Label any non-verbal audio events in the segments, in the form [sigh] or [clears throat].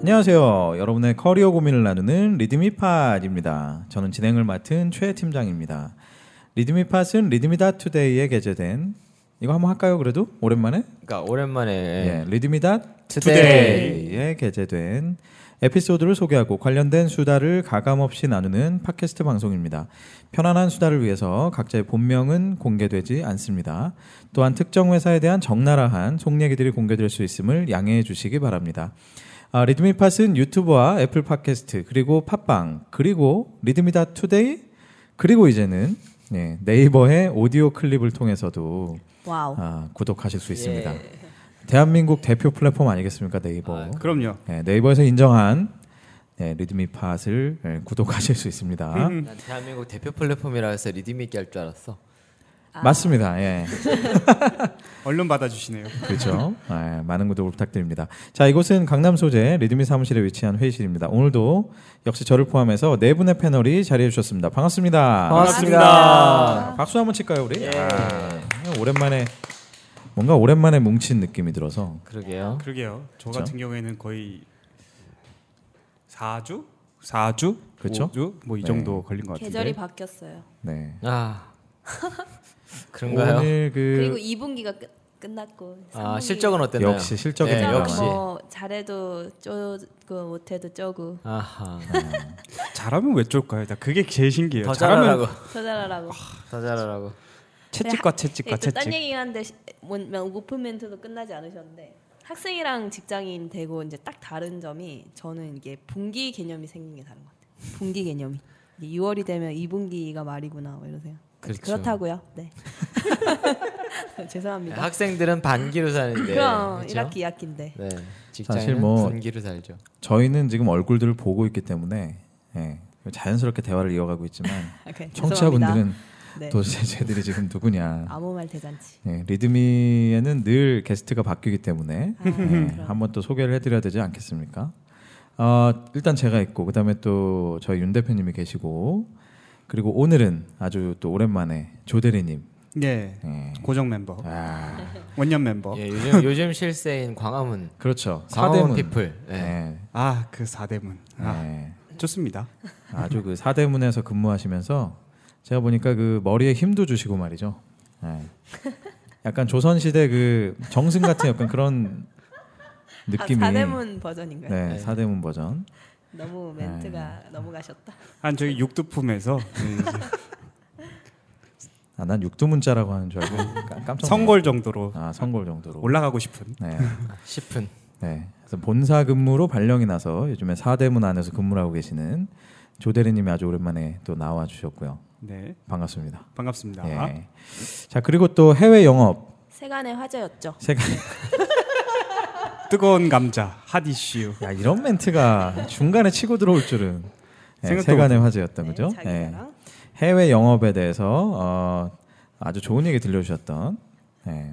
안녕하세요. 여러분의 커리어 고민을 나누는 리드미팟입니다. 저는 진행을 맡은 최 팀장입니다. 리드미팟은 리드미다 투데이에 게재된 이거 한번 할까요? 그래도 오랜만에 그러니까 오랜만에 예, 리드미다 투데이. 투데이에 게재된 에피소드를 소개하고 관련된 수다를 가감 없이 나누는 팟캐스트 방송입니다. 편안한 수다를 위해서 각자의 본명은 공개되지 않습니다. 또한 특정 회사에 대한 적나라한 속 얘기들이 공개될 수 있음을 양해해 주시기 바랍니다. 아, 리드미팟은 유튜브와 애플 팟캐스트 그리고 팟빵 그리고 리드미다 투데이 그리고 이제는 네, 네이버의 오디오 클립을 통해서도 와우. 아, 구독하실 수 있습니다. 예. 대한민국 대표 플랫폼 아니겠습니까 네이버. 그렇죠. 그럼요. 네, 네이버에서 인정한 네, 리드미팟을 네, 구독하실 수 있습니다. 아. 난 대한민국 대표 플랫폼이라 해서 리듬 있게 할 줄 알았어. 맞습니다. 예. 얼른 받아주시네요. 그렇죠. 아, 많은 구독을 부탁드립니다. 자, 이곳은 강남 소재 리드미 사무실에 위치한 회의실입니다. 오늘도 역시 저를 포함해서 네 분의 패널이 자리해 주셨습니다. 반갑습니다. 반갑습니다. 예. 아, 박수 한번 칠까요, 우리? 아, 오랜만에 뭔가 오랜만에 뭉친 느낌이 들어서 그러게요. 그러게요. 저 같은 경우에는 거의 4주? 4주? 그렇죠. 5주? 뭐 이 네. 정도 걸린 것 같은데. 계절이 바뀌었어요. 네. 아 [laughs] 그런가요? 오늘 그리고 그 2분기가 끝, 끝났고. 아 3분기. 실적은 어땠나요? 역시 실적이 네, 중요하다. 역시. 뭐 잘해도 쪼고 그 못해도 쪼고 [laughs] 아하 잘하면 왜 쫄까요? 나 그게 제일 예, 신기해요. 더 잘하라고 더 잘하라고. 더 잘하라고. 채찍과 또 채찍과 네, 그 딴 채찍. 얘기 하는데 시- 뭐- 뭐 오픈 멘트도 끝나지 않으셨는데 학생이랑 직장인 되고 이제 딱 다른 점이 저는 이게 분기 개념이 생긴 게 다른 것 같아요. 분기 개념이. 이게 6월이 되면 2분기가 말이구나 뭐 이러세요. 그렇죠. 그렇다고요. 네. [laughs] 네, 죄송합니다. 학생들은 반기로 사는데 그럼 그렇죠? 1학기 2학기인데. 네 직장인은 사실 뭐- 분기로 살죠. 저희는 지금 얼굴들을 보고 있기 때문에 예, 자연스럽게 대화를 이어가고 있지만 오케이, 아, 죄송합니다. 청취자분들은 네. 도대체 쟤들이 지금 누구냐? 아무 말 대잔치. 예, 리드미에는 늘 게스트가 바뀌기 때문에 아, 예, 그럼. 한번 또 소개를 해드려야 되지 않겠습니까? 어, 일단 제가 있고 그다음에 또 저희 윤 대표님이 계시고 그리고 오늘은 아주 또 오랜만에 조 대리님 네. 예. 고정 멤버. 아, 원년 멤버. 예 요즘 요즘 실세인 광화문 그렇죠 광화문 사대문 피플. 예. 예, 아, 그 4대문. 아, 예. 좋습니다. 아주 그 사대문에서 근무하시면서 제가 보니까 그 머리에 힘도 주시고 말이죠. 예. 약간 조선 시대 그 정승 같은 약간 그런 느낌이. 아, 사대문 버전인가요? 네, 아. 사대문 버전. 너무 멘트가 너무 가셨다. 한 저기 육두품에서 음, 아, 난 육두문자라고 하는 줄 알고 아, 깜- 깜짝. 성골 정도로 놀랐- 아, 성골 정도로. 올라가고 싶은. 네. 싶은 네. 그래서 본사 근무로 발령이 나서 요즘에 사대문 안에서 근무를 하고 계시는 조 대리님이 아주 오랜만에 또 나와 주셨고요. 네. 반갑습니다. 반갑습니다. 예. 자, 그리고 또 해외 영업 세간의 화제였죠. 세가 뜨거운 감자 핫 이슈. 야 이런 멘트가 중간에 치고 들어올 줄은 예, 생각도 세간의 화제였던 거죠. 네, 자기 예. 자랑. 해외 영업에 대해서 어, 아주 좋은 얘기 들려주셨던 예.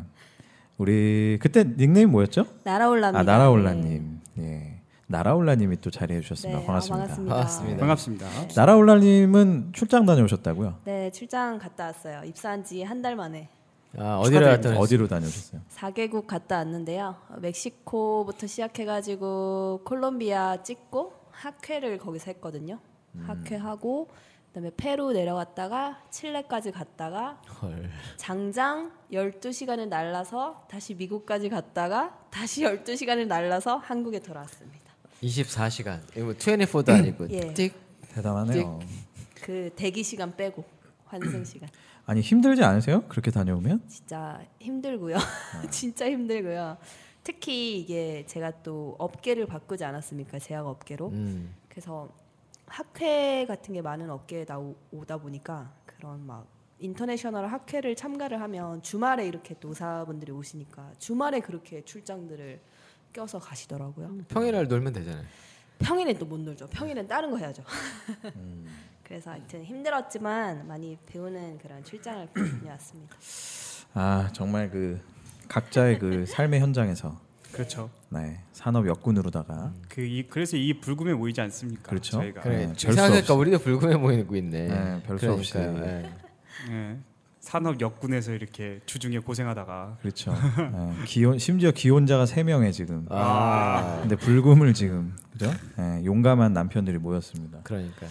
우리 그때 닉네임 뭐였죠? 날아올랍니다. 아 나라올라님. 예. 나라올라님이 또 자리해 주셨습니다. 네, 반갑습니다. 아, 반갑습니다. 반갑습니다. 반갑습니다. 나라올라님은 출장 다녀오셨다고요? 네, 출장 갔다 왔어요. 입사한 지 한 달 만에 아 어디로 갔던 어디로 다녀오셨어요? 4개국 갔다 왔는데요. 어, 멕시코부터 시작해가지고 콜롬비아 찍고 학회를 거기서 했거든요. 음. 학회하고 그다음에 페루 내려갔다가 칠레까지 갔다가 헐. 장장 12시간을 날라서 다시 미국까지 갔다가 다시 12시간을 날라서 한국에 돌아왔습니다. 24시간 이거 뭐 24도 아니고 예. 띡 대단하네요. 그 대기 시간 빼고 환승 시간. 아니 힘들지 않으세요? 그렇게 다녀오면? 진짜 힘들고요. [laughs] 진짜 힘들고요. 특히 이게 제가 또 업계를 바꾸지 않았습니까? 제약 업계로. 음. 그래서 학회 같은 게 많은 업계에 나오다 보니까 그런 막 인터내셔널 학회를 참가를 하면 주말에 이렇게 노사분들이 오시니까 주말에 그렇게 출장들을 껴서 가시더라고요. 평일날 놀면 되잖아요. 평일엔 또 못 놀죠. 평일엔 다른 거 해야죠. [laughs] 그래서 하여튼 힘들었지만 많이 배우는 그런 출장을 다녀왔습니다. 아 정말 그 각자의 그 삶의 현장에서 그렇죠. 네 산업 역군으로다가 그 이, 그래서 이 불금에 모이지 않습니까? 그렇죠. 저희가 네, 그래 별수 없이. 생각하니까 우리도 불금에 모이고 있네. 네, 별수 없이. 그러니까요, 예. 예. 산업 역군에서 이렇게 주중에 고생하다가 네, 그렇죠. 예, 기혼 심지어 기혼자가 세 명에 지금. 아, 근데 불금을 지금 그죠? 예, 용감한 남편들이 모였습니다. 그러니까.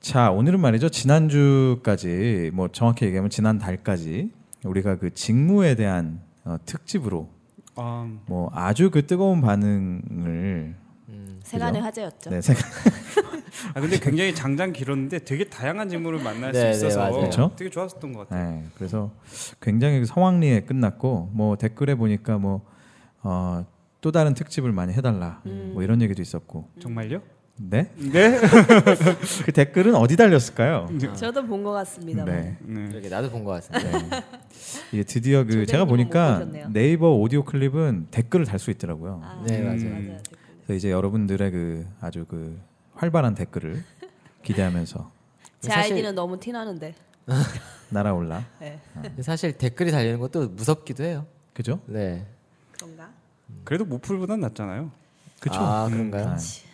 자, 오늘은 말이죠. 지난주까지, 뭐 정확히 얘기하면 지난달까지 우리가 그 직무에 대한 어, 특집으로 아, 뭐 아주 그 뜨거운 반응을 음. 세간의 화제였죠. 네, 생각, 아, 근데 굉장히 장장 길었는데 되게 다양한 질문을 만날 네, 네, 수 있어서 맞아요. 그쵸? 되게 좋았었던 것 같아요. 네, 그래서 굉장히 성황리에 끝났고 뭐 댓글에 보니까 뭐 어, 또 다른 특집을 많이 해달라 뭐 이런 얘기도 있었고 정말요? 네? 네. [laughs] 그 댓글은 어디 달렸을까요? 아, 저도 본 것 같습니다. 뭐. 네. 네. 그러게 나도 본 것 같은데. 이제 드디어 그 저도 제가 이거 못 보니까 보셨네요. 네이버 오디오 클립은 댓글을 달 수 있더라고요. 아, 네, 맞아요. 맞아요. 댓글. 그래서 이제 여러분들의 그 아주 그 활발한 댓글을 기대하면서 제 사실- 아이디는 너무 티나는데. 날아올라. 네. 사실 댓글이 달리는 것도 무섭기도 해요. 그죠? 네. 그런가? 그래도 무풀보단 낫잖아요. 그쵸? 아 그런가요? 네.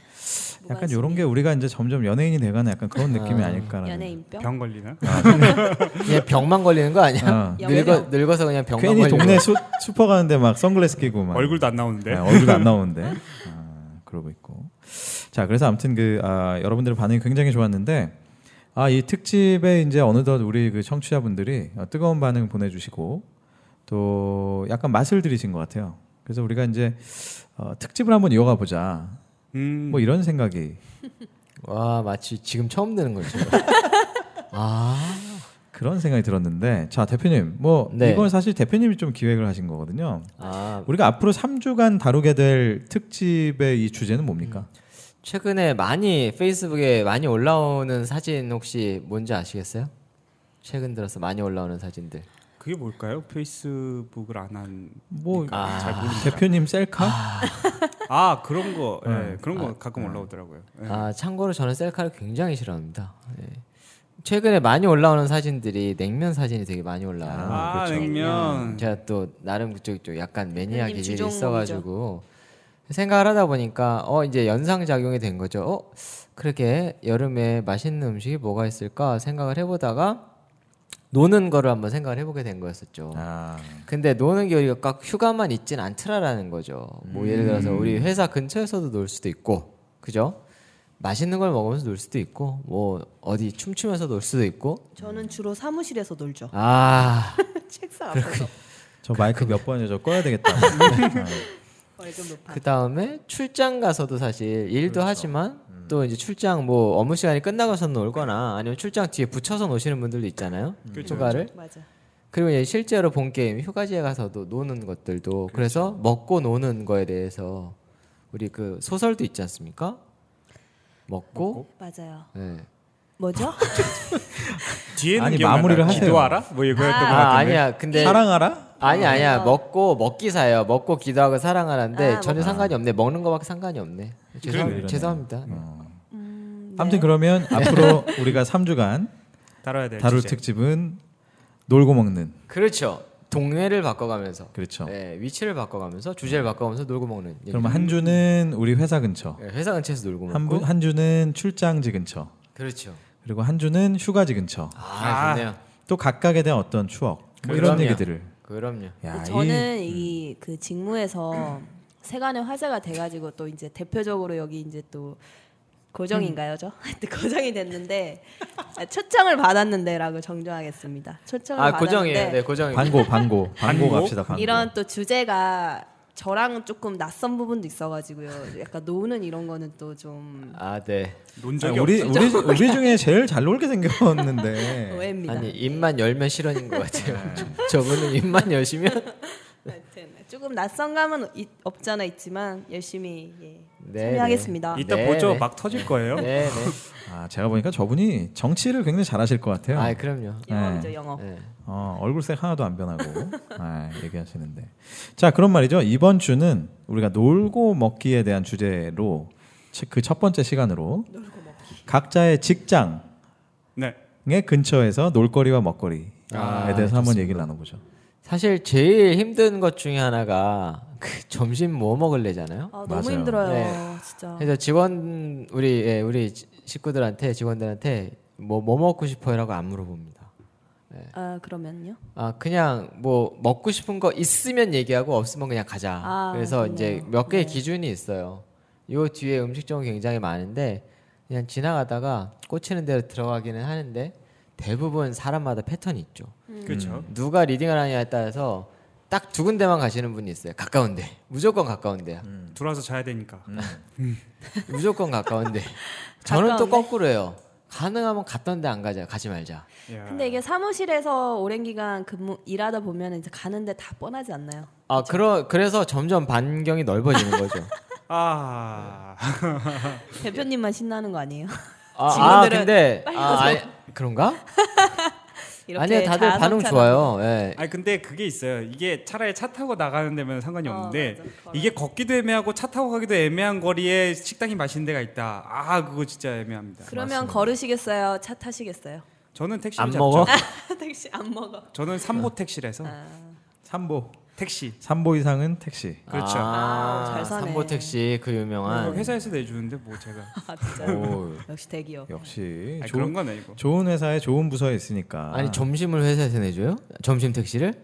뭐가 약간 이런 게 우리가 이제 점점 연예인이 돼가는 약간 그런 느낌이 아. 아닐까라는. 연예인병? 병 걸리나? 그냥 병만 걸리는 거 아니야? 아, 늙어 늙어서 그냥 [laughs] 병만 괜히 걸리는 동네 수, 슈퍼 가는데 막 선글라스 끼고 막 얼굴도 안 나오는데. 네, 얼굴도 안 나오는데 아, 그러고 있고. 자 그래서 아무튼 그 아, 여러분들의 반응이 굉장히 좋았는데 아 이 특집에 이제 어느덧 우리 그 청취자분들이 어, 뜨거운 반응 보내주시고 또 약간 맛을 들이신 것 같아요. 그래서 우리가 이제 어, 특집을 한번 이어가 보자. 음, 뭐 이런 생각이 와 마치 지금 처음 드는 거죠. 아, 그런 생각이 들었는데 자 대표님 뭐 네. 이건 사실 대표님이 좀 기획을 하신 거거든요. 아 우리가 앞으로 3주간 다루게 될 특집의 이 주제는 뭡니까? 음. 최근에 많이 페이스북에 많이 올라오는 사진 혹시 뭔지 아시겠어요? 최근 들어서 많이 올라오는 사진들. 그게 뭘까요? 페이스북을 안 한 뭐 잘 아. 모르니까. 대표님 셀카? 아 그런 거, 예, 네. 그런 거 가끔 올라오더라고요. 예. 아 참고로 저는 셀카를 굉장히 싫어합니다. 예. 최근에 많이 올라오는 사진들이 냉면 사진이 되게 많이 올라와요. 음, 아, 냉면. 제가 또 나름 그쪽 쪽 약간 매니아 네, 대표님 기질이 주종목이죠. 있어가지고 생각을 하다 보니까 어 이제 연상 작용이 된 거죠. 어 그렇게 여름에 맛있는 음식이 뭐가 있을까 생각을 해보다가 노는 거를 한번 생각을 해보게 된 거였었죠. 아, 근데 노는 게 우리가 꽉 휴가만 있진 않더라라는 거죠. 뭐 예를 들어서 음. 우리 회사 근처에서도 놀 수도 있고, 그죠? 맛있는 걸 먹으면서 놀 수도 있고, 뭐 어디 춤추면서 놀 수도 있고. 저는 주로 사무실에서 놀죠. 아, [laughs] 책상 앞에서 저 마이크 몇 번이요? 저 꺼야 [laughs] 되겠다. 네. 월급 높아. 그 다음에 출장 가서도 사실 일도 그렇죠. 하지만 음. 또 이제 출장 뭐 업무 시간이 끝나고서 놀거나 아니면 출장 뒤에 붙여서 노시는 분들도 있잖아요. 그렇죠, 휴가를. 맞아. 그리고 이제 실제로 본 게임 휴가지에 가서도 노는 것들도 그렇죠. 그래서 먹고 노는 거에 대해서 우리 그 소설도 있지 않습니까? 먹고, 맞아요. 예. 뭐죠? 뒤에는 아니, 기억나요? 마무리를 하세요. 기도하라? 뭐 이거였던 것 아 같은데. 아니야 근데 사랑하라? 아니 아니야 어. 먹고 먹기 사예요 먹고 기도하고 사랑하는데 아, 전혀 먹고. 상관이 없네 먹는 거밖에 상관이 없네 죄송, 그러네. 죄송합니다 어. 네. 음, 아무튼 그러면 앞으로 우리가 3주간 다뤄야 네, 될 다룰 주제. 특집은 놀고 먹는 그렇죠 동네를 바꿔가면서 그렇죠. 예, 위치를 바꿔가면서 주제를 바꿔가면서 놀고 먹는 얘기. 그러면 한 주는 우리 회사 근처, 예, 회사 근처에서 네. 놀고 한, 먹고 분- 한 주는 출장지 근처, 그렇죠 그리고 한 주는 휴가지 근처. 아 아. 좋네요 또 각각에 대한 어떤 추억 뭐 이런 그럼요. 얘기들을. 그럼요 야, 이, 저는 음. 이 [clears throat] 그 직무에서 세간의 화제가 돼가지고 또 이제 대표적으로 여기 이제 또 음. 고정인가요, 저? [laughs] 하여튼 고정이 됐는데 아, 초청을 받았는데라고 정정하겠습니다. 초청을 아 받았는데 고정이에요 네 고정이에요 광고 광고 광고 광고? 갑시다 광고. 이런 또 주제가 저랑 조금 낯선 부분도 있어가지고요. 약간 노는 이런 거는 또 좀 아네 논 적이 아니, 우리 없죠. 우리 우리 중에 제일 잘 놀게 [laughs] 생겼는데. 오해입니다. 네, 아니 입만 열면 실언인 것 같아요 저분은 입만 여시면 하여튼 조금 낯선 감은 있- 없잖아 있지만 열심히 예, 네, 참여하겠습니다. 이따 네, 보죠. 네. 막 터질 거예요. 네네 아 제가 보니까 저분이 정치를 굉장히 잘하실 것 같아요. 아 그럼요 영업이죠 영업. 네. 어, 얼굴색 하나도 안 변하고 [laughs] 아, 얘기하시는데 자 그런 말이죠 이번 주는 우리가 놀고 먹기에 대한 주제로 그 첫 번째 시간으로 각자의 직장의 네. 근처에서 놀거리와 먹거리에 아, 대해서 한번 얘기를 나눠보죠. 사실 제일 힘든 것 중에 하나가 그 점심 뭐 먹을래잖아요. 아, 너무 맞아요. 힘들어요 네. 진짜. 그래서 직원 우리 예, 우리 지- 식구들한테 직원들한테 뭐 뭐 먹고 싶어요라고 안 물어봅니다. 네. 아 그러면요? 아 그냥 뭐 먹고 싶은 거 있으면 얘기하고 없으면 그냥 가자. 아, 그래서 좋네요. 이제 몇 개의 기준이 있어요. 요 뒤에 음식점은 굉장히 많은데 그냥 지나가다가 꽂히는 대로 들어가기는 하는데 대부분 사람마다 패턴이 있죠. 음. 그렇죠. 누가 리딩을 하냐에 따라서 딱 두 군데만 가시는 분이 있어요. 가까운데 무조건 가까운데 음. 돌아서 자야 되니까. 음. 무조건 [laughs] 가까운데 저는 또 가까운데? 거꾸로예요. 가능하면 갔던데 안 가자. 가지 말자. 야. 근데 이게 사무실에서 오랜 기간 근무 일하다 보면 이제 가는데 다 뻔하지 [laughs] 않나요? 아 그러 그래서 점점 반경이 넓어지는 거죠. 아 대표님만 신나는 [laughs] 거 아니에요? 아, 아 직원들은 근데 아, 아니, 그런가? 이렇게 아니요 다들 반응 자아성찰하고. 어, 좋아요. 예. 아니 근데 그게 있어요. 이게 차라리 차 타고 나가는 데면 상관이 어, 없는데 맞아. 걸어서. 이게 걷기도 애매하고 차 타고 가기도 애매한 거리에 식당이 맛있는 데가 있다. 아 그거 진짜 애매합니다. 그러면 걸으시겠어요? 차 타시겠어요? [laughs] 저는 택시 안 먹어? 택시 안 먹어. [laughs] 저는 삼보 택시라서 어. 삼보 택시. 삼보 이상은 택시. 그렇죠. 아, 잘 사네. 삼보 택시 그 이거 유명한. 회사에서 내주는데 뭐 [laughs] 제가 아 진짜 오, 역시 대기업. 역시 아니, 좋은 그런 건 아니고. 좋은 회사에 좋은 부서에 있으니까. 아니 점심을 회사에서 내줘요? 점심 택시를?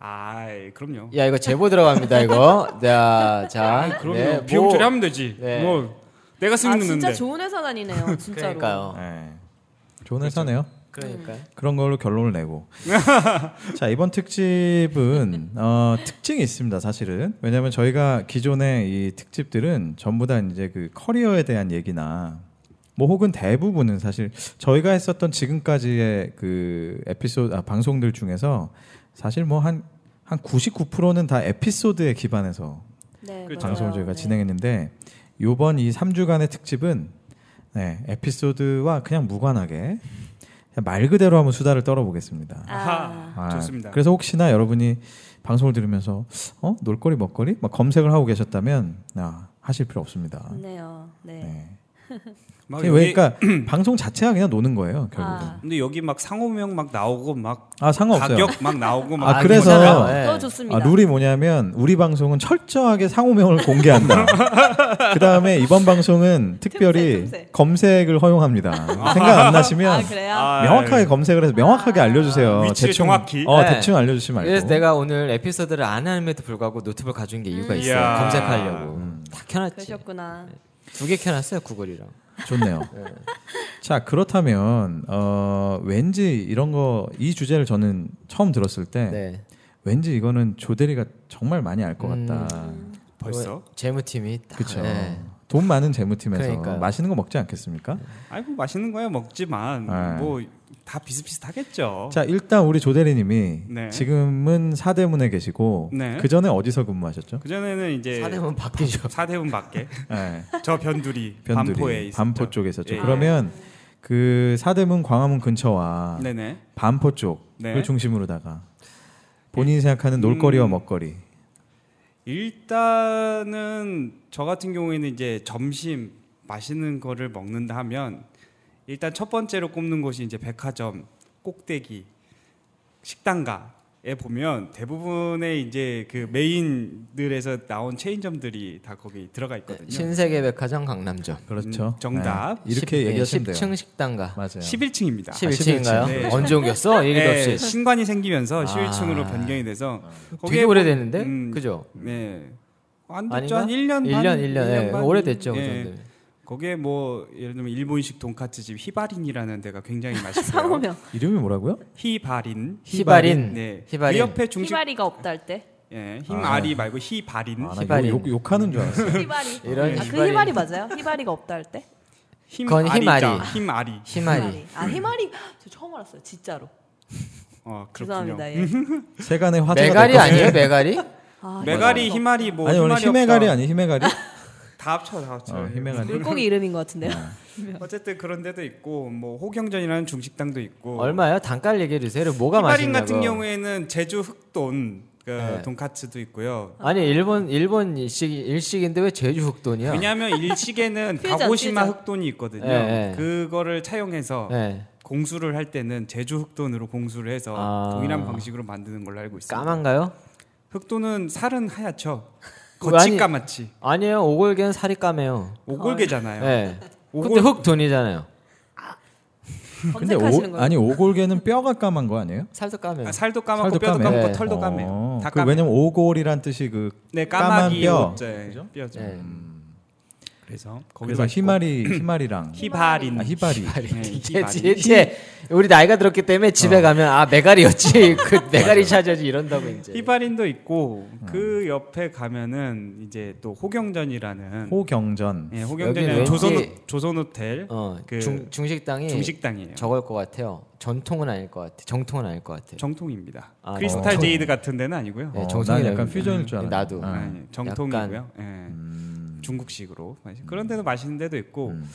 아 그럼요. 야 이거 제보 들어갑니다 [laughs] 이거. 자, 자, 그럼요. 네, 뭐- 비용 처리하면 되지. 네. 뭐 내가 아 쓰는 건데. 진짜 좋은 [laughs] 회사 다니네요. 진짜로. 그러니까요. 예. 좋은 회사네요. 음. 그러니까. 그런 걸로 결론을 내고. 자, 이번 특집은 어, 특징이 있습니다, 사실은. 왜냐면 저희가 기존의 이 특집들은 전부 다 이제 그 커리어에 대한 얘기나 뭐 혹은 대부분은 사실 저희가 했었던 지금까지의 그 에피소드 아, 방송들 중에서 사실 뭐 한 한 99%는 다 에피소드에 기반해서 네. 그렇죠. 맞아요. 방송을 저희가 네. 진행했는데 요번 이 3주간의 특집은 네, 에피소드와 그냥 무관하게 그냥 말 그대로 한번 수다를 떨어보겠습니다. 아, 아하, 좋습니다. 그래서 혹시나 여러분이 방송을 들으면서 어? 놀거리 먹거리 막 검색을 하고 계셨다면 아, 하실 필요 없습니다. 좋네요. 네. 네. 막 그게 여기- 왜 그러니까 [clears throat] 방송 자체가 그냥 노는 거예요, 결국은. 아, 아. 근데 여기 막 상호명 막 나오고 막 상관없어요. 가격 막 나오고 막 아, 이런 그래서- 음. 거잖아요. 어, 예. 또 좋습니다. 아, 룰이 뭐냐면 우리 방송은 철저하게 상호명을 [laughs] 공개한다. 그 다음에 이번 방송은 특별히 틈새, 틈새. 검색을 허용합니다. 생각 안 나시면 아, 그래요? 아, 명확하게 검색을 해서 명확하게 알려주세요. 위치를 정확히. 어, 네. 대충 알려주시면 그래서 말고. 내가 오늘 에피소드를 안 하는데도 불구하고 노트북을 가져온 게 이유가 있어요. 음. 이야. 음. 검색하려고. 다 켜놨지. 그러셨구나. 두 개 켜놨어요 구글이랑. [laughs] 좋네요. 자 그렇다면 어, 왠지 이런 거 이 주제를 저는 처음 들었을 때 네. 왠지 이거는 조 대리가 정말 많이 알 것 같다. [laughs] 벌써? 재무팀이 딱. 그렇죠. 음. 네. 돈 많은 재무팀에서 그러니까요. 맛있는 거 먹지 않겠습니까? 아니 뭐 맛있는 거야 먹지만 네. 뭐 다 비슷비슷하겠죠. 자 일단 우리 조 대리님이 네. 지금은 사대문에 계시고 네. 그 전에 어디서 근무하셨죠? 그 전에는 이제 사대문 바뀌죠. 사대문 밖에 [laughs] 네. 저 변두리, 변두리 반포에 있었죠. 반포 쪽에 있었죠. 예. 그러면 그 사대문 광화문 근처와 네네. 반포 쪽을 네. 중심으로다가 본인이 생각하는 놀거리와 음. 먹거리 일단은 저 같은 경우에는 이제 점심 맛있는 거를 먹는다 하면 일단 첫 번째로 꼽는 곳이 이제 백화점 꼭대기 식당가에 보면 대부분의 이제 그 메인들에서 나온 체인점들이 다 거기 들어가 있거든요. 신세계 백화점 강남점. 그렇죠. 음, 정답. 네. 이렇게 십- 네, 얘기하시면 돼요. 10층 식당가. 맞아요. 11층입니다. 11층인가요? 네. 언제 옮겼어? 얘기도 네, 없이. 신관이 생기면서 아. 11층으로 변경이 돼서 되게 보면- 오래됐는데? 음, 그죠? 네. 안 됐죠. 아닌가? 한 1년 반. 1년, 1년. 일 예, 년 반? 오래됐죠. 예. 그 정도. 거기에 뭐 예를 들면 일본식 돈카츠집 히바린이라는 데가 굉장히 [laughs] 맛있어요. 상호명. 이름이 뭐라고요? 히바린. 히바린. 네. 히바린. 네. 그 옆에 중식 희바리가 없다 할 때. 예, 힘아리 말고 히바린. 아, 나 히바리. 욕, 욕, 하는줄 [laughs] 알았어. 희바리. 이런 아, 그 희바리. 희바리 맞아요? 희바리가 없다 할 때? 그건 힘아리자. 힘아리. 힘아리. 희마리. 아 희마리 저 처음 알았어요 진짜로 어, 그렇군요. 죄송합니다 예. 세간의 화제가 메가리 될 아니에요? 메가리? 네. 아, 메가리, 이거 히마리 뭐 것- 아니 원래 히마리 없다. 히메가리 아니 [laughs] 히메가리? 다 합쳐 다 합쳐. 어, 없어. 히메가리. 물고기 이름인 것 같은데요 [laughs] 어쨌든 그런 데도 있고 뭐 호경전이라는 중식당도 있고. 얼마예요? 단가를 얘기해 주세요. 뭐가 히바린 맛있냐고. 뭐. 같은 경우에는 제주 흑돈 그 네. 돈카츠도 있고요. 아니 일본 일본 일식 일식인데 왜 제주 흑돈이야? 왜냐하면 [laughs] 일식에는 퓨전, 가고시마 퓨전. 흑돈이 있거든요. 예, 예. 그거를 차용해서 네. 공수를 할 때는 제주 흑돈으로 공수를 해서 아. 동일한 방식으로 만드는 걸로 알고 있습니다. 까만가요? 흑돈은 살은 [laughs] 하얗죠. 그 거치 아니- 까맣지. 아니에요. 오골개는 살이 까매요. 오골개잖아요. 네. 근데 오골 흑돈이잖아요. 근데 네. 검색하시는 오, 거예요 아니 오골개는 뼈가 까만 거 아니에요? 살도 까매요. 아, 살도 까맣고 살도 뼈도 까매요. 까맣고 네. 털도 까매요. 어, 다 그 까매. 왜냐면 오골이란 뜻이 그 네 까만 까마귀 예. 뼈. 옷제 뼈죠. 네. 그래서 거기서 희마리 희마리랑 히바린 아, 희바리 네, 이제, 히바리. 이제 우리 나이가 들었기 때문에 집에 가면 아 [laughs] 메가리였지 그 메가리 찾아지 이런다고 이제 히바린도 있고 음. 그 옆에 가면은 이제 또 호경전이라는 호경전 예, 여기는 호경전이라는 왠지- 조선 조선호텔 어, 예. 그 중, 중식당이 중식당이에요. 저걸 것 같아요. 전통은 아닐 것 같아. 정통은 아닐 것 같아. 정통입니다. 아, 크리스탈 정통. 제이드 같은 데는 아니고요. 네, 어, 정성이라고 난 약간 합니다. 퓨전일 줄 알았네. 나도. 아. 아니, 정통이고요. 예. 중국식으로 마시- 그런 데도 맛있는 데도 있고 음.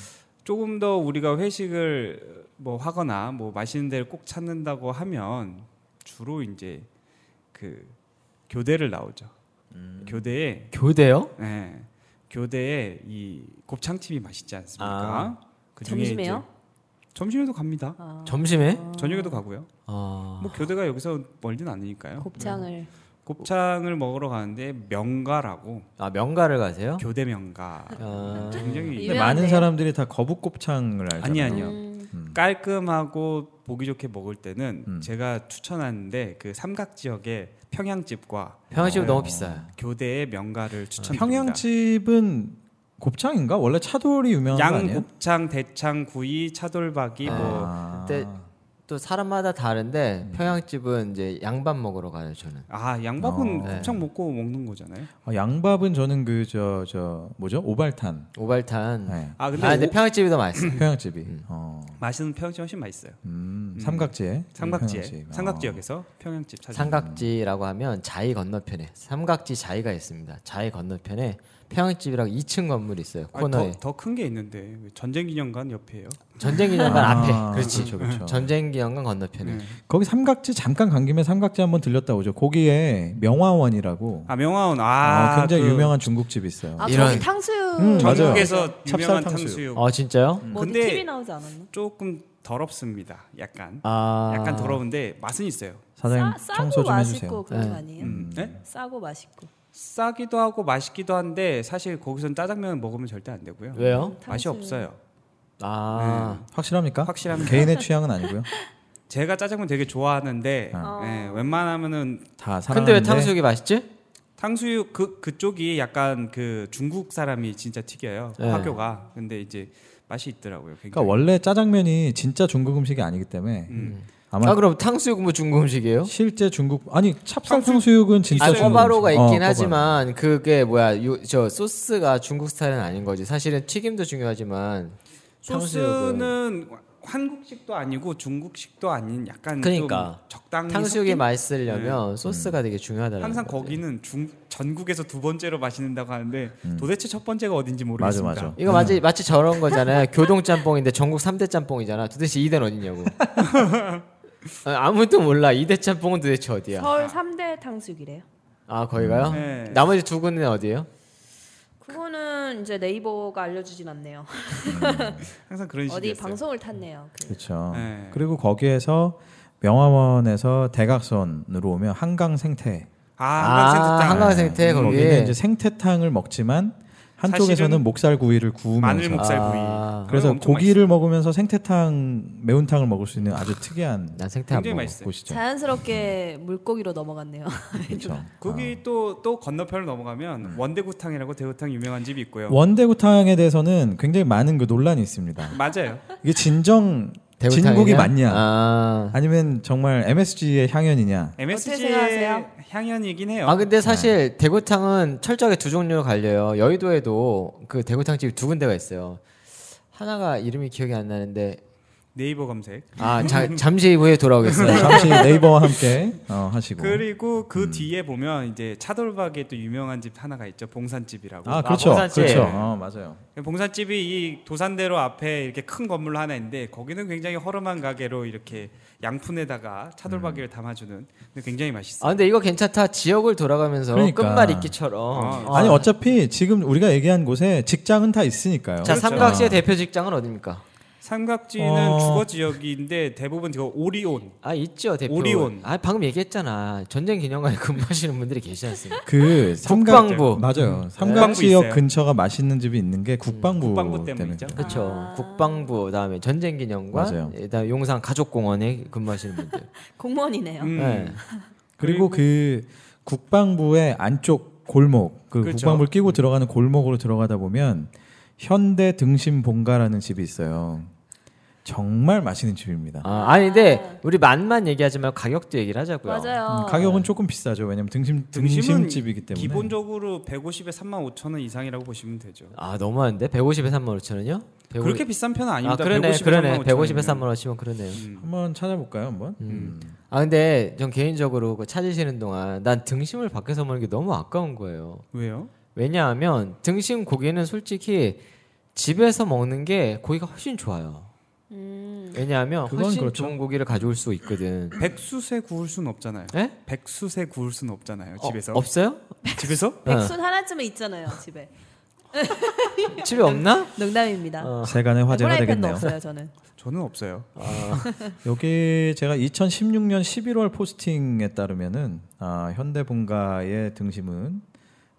조금 더 우리가 회식을 뭐 하거나 뭐 맛있는 데를 꼭 찾는다고 하면 주로 이제 그 교대를 나오죠. 음. 교대에 교대요? 예. 교대에 이 곱창집이 맛있지 아. 않습니까? 그중에 점심에요? 이제 점심에도 갑니다. 아, 점심에? 저녁에도 가고요. 아, 뭐 교대가 여기서 멀진 않으니까요. 곱창을 곱창을 먹으러 가는데 명가라고 아 명가를 가세요? 교대 명가. 아, 굉장히 근데 유명하네요. 많은 어? 사람들이 다 거북곱창을 알잖아요. 어. 아니 아니요. 음. 깔끔하고 보기 좋게 먹을 때는 음. 제가 추천하는데 그 삼각 지역의 평양집과 평양집 어, 너무 비싸요. 교대의 아. 명가를 추천드립니다. 평양집은 곱창인가? 원래 차돌이 유명한 거 아니에요? 양곱창, 대창, 구이, 차돌박이 뭐 아. 근데 또 사람마다 다른데 평양집은 이제 양밥 먹으러 가요 저는. 아 양밥은 어. 곱창 먹고 먹는 거잖아요. 아, 양밥은 저는 그 저 저 뭐죠? 오발탄. 오발탄. 네. 아 근데, 아 근데 오- 평양집이 더 맛있어. 평양집이. 음. 어. 맛있는 평양집 훨씬 맛있어요. 음, 삼각지에. 삼각지에 평양집. 어. 삼각지역에서 평양집 찾아. 삼각지라고 하면 자이 건너편에 삼각지 자이가 있습니다. 자이 건너편에 평양집이라고 2층 건물이 있어요. 코너에 아, 더큰 게 있는데 왜 전쟁기념관 옆이에요. 전쟁기념관 아, 앞에. 그렇지. 그렇죠, 그렇죠. 전쟁기념관 건너편에. 네. 거기 삼각지 잠깐 간 김에 삼각지 한번 들렸다 오죠. 거기에 명화원이라고 아 명화원 아, 아 굉장히 그 유명한 중국집 있어요. 아 이런. 저기 탕수육 음, 맞아요. 전국에서 찹쌀 유명한 탕수육. 탕수육 아 진짜요? 뭐 어디 근데- TV 나오지 않았나? 조금 더럽습니다. 약간 아 약간 더러운데 맛은 있어요. 사장님 싸, 싸고 청소 좀 해주세요. 맛있고 그런 네. 거 아니에요? 음. 네? 싸고 맛있고 싸기도 하고 맛있기도 한데 사실 거기선 짜장면 먹으면 절대 안 되고요. 왜요? 맛이 탕수육. 없어요. 아 확실합니까? 확실합니다. 개인의 취향은 아니고요. 제가 짜장면 되게 좋아하는데 아. 어. 예, 웬만하면은 다 [laughs] 근데 사랑하는데. 왜 탕수육이 맛있지? 탕수육 그 그쪽이 약간 그 중국 사람이 진짜 튀겨요 네. 화교가 근데 이제 맛이 있더라고요. 예. 그러니까 굉장히. 원래 짜장면이 진짜 중국 음식이 아니기 때문에 음. 아마 아 그럼 탕수육은 뭐 중국 음식이에요? 실제 중국 아니 찹쌀 탕수육은 진짜 아, 중국 음식. 꼬바로가 어, 있긴 꼬바로. 하지만 그게 뭐야 요, 저 소스가 중국 스타일은 아닌 거지 사실은 튀김도 중요하지만 탕수육은 소스는 한국식도 아니고 중국식도 아닌 약간 그러니까. 좀 적당히 탕수육이 섞인- 네. 맛있으려면 음. 소스가 되게 중요하다는 항상 거지. 거기는 중 전국에서 두 번째로 맛있는다고 하는데 도대체 첫 번째가 어딘지 음. 맞아 모르겠습니다. 맞아. 이거 마치 마치 저런 거잖아요 교동 짬뽕인데 전국 3대 짬뽕이잖아 도대체 2대는 어디냐고 아, 아무도 몰라 2대 짬뽕은 도대체 어디야 서울 3대 탕수육이래요. 아 거기가요? 네. 나머지 두 군은 어디예요? 그거는 이제 네이버가 알려주진 않네요. 항상 그런 어디 식이었어요. 방송을 탔네요. 그 그렇죠. 네. 그리고 거기에서 명화원에서 대각선으로 오면 한강 생태. 아, 아, 한강센터 한강 생태 음, 거기 거기는 이제 생태탕을 먹지만 한쪽에서는 사실은 목살 구이를 구우면서 마늘 목살 구이. 아. 그런 거 그래서 엄청 고기를 먹으면서 생태탕 매운탕을 먹을 수 있는 아주 특이한 난 생태 안 굉장히 먹어 맛있어요. 곳이죠. 자연스럽게 물고기로 넘어갔네요. [laughs] 아. 그렇죠. 거기 또 또 건너편을 넘어가면 음. 원대구탕이라고 대구탕 유명한 집이 있고요. 원대구탕에 대해서는 굉장히 많은 그 논란이 있습니다. 맞아요. 이게 진정 대구탕이냐? 진국이 맞냐? 아. 아니면 정말 MSG의 향연이냐? MSG의 생각하세요? 향연이긴 해요. 아그 근데 사실 네. 대구탕은 철저하게 두 종류로 갈려요. 여의도에도 그 대구탕 집이 두 군데가 있어요. 하나가 이름이 기억이 안 나는데 네이버 검색. 아 [laughs] 자- 잠시 후에 돌아오겠습니다. 잠시 네이버와 함께 어, 하시고. 그리고 음. 그 뒤에 보면 이제 차돌박이의 또 유명한 집 하나가 있죠. 봉산집이라고. 아 그렇죠, 아, 봉산집. 그렇죠. 어, 맞아요. 봉산집이 이 도산대로 앞에 이렇게 큰 건물 하나 있는데 거기는 굉장히 허름한 가게로 이렇게 양푼에다가 차돌박이를 담아주는 근데 굉장히 음. 아 맛있어요. 근데 이거 괜찮다. 지역을 돌아가면서 그러니까. 끝말 잇기처럼. 아, 아니 어차피 지금 우리가 얘기한 곳에 직장은 다 있으니까요. 자 그렇죠. 삼각시의 대표 직장은 어디입니까? 삼각지는 어. 주거 지역인데 대부분 그 오리온. 아 있죠 대표. 오리온. 아 방금 얘기했잖아. 전쟁 기념관에 [laughs] 근무하시는 분들이 계시지 않습니까? 그 삼각 국방부. 맞아요. 음. 네. 국방부 삼각 지역 있어요. 음. 근처가 맛있는 집이 있는 게 국방부, 국방부 때문이죠. 때문이죠. 그렇죠. 아. 국방부 그다음에 전쟁 맞아요. 기념관, 그다음 용산 가족공원에 근무하시는 분들. 공무원이네요. 음. 네. 그리고 그 국방부의 안쪽 골목, 그 그렇죠. 음. 국방부를 끼고 들어가는 골목으로 들어가다 보면 현대 등심 본가라는 집이 있어요. 정말 맛있는 집입니다. 아, 아니 근데 우리 맛만 얘기하지 말고 가격도 얘기를 하자고요. 음, 맞아요. 네. 가격은 조금 비싸죠. 왜냐면 등심 등심은 등심집이기 때문에. 기본적으로 150에 3만 5천 원 이상이라고 보시면 되죠. 아 너무한데 150에 3만 5천 원이요? 그렇게 비싼 편은 아 아닙니다. 그러네 150에 그러네 35,000 150에 원이면. 3만 원 치면 그러네요. 음. 한번 찾아볼까요, 한번? 음. 아 근데 전 개인적으로 그 찾으시는 동안 난 등심을 밖에서 먹는 게 너무 아까운 거예요. 왜요? 왜냐하면 등심 고기는 솔직히 집에서 먹는 게 고기가 훨씬 좋아요. 왜냐하면 그건 훨씬 그렇죠. 좋은 고기를 가져올 수 있거든. 백수세 구울 순 없잖아요. 예? 백수세 구울 순 없잖아요. 집에서. 어, 없어요? 집에서? 네. 백순 하나쯤은 있잖아요 집에. 집에 [laughs] 없나? 농담입니다. 아, 어. 음. 세간의 화제가 프라이팬도 되겠네요. 없어요 저는. 저는 없어요. 여기 제가 2016년 11월 포스팅에 따르면은 아, 현대본가의 등심은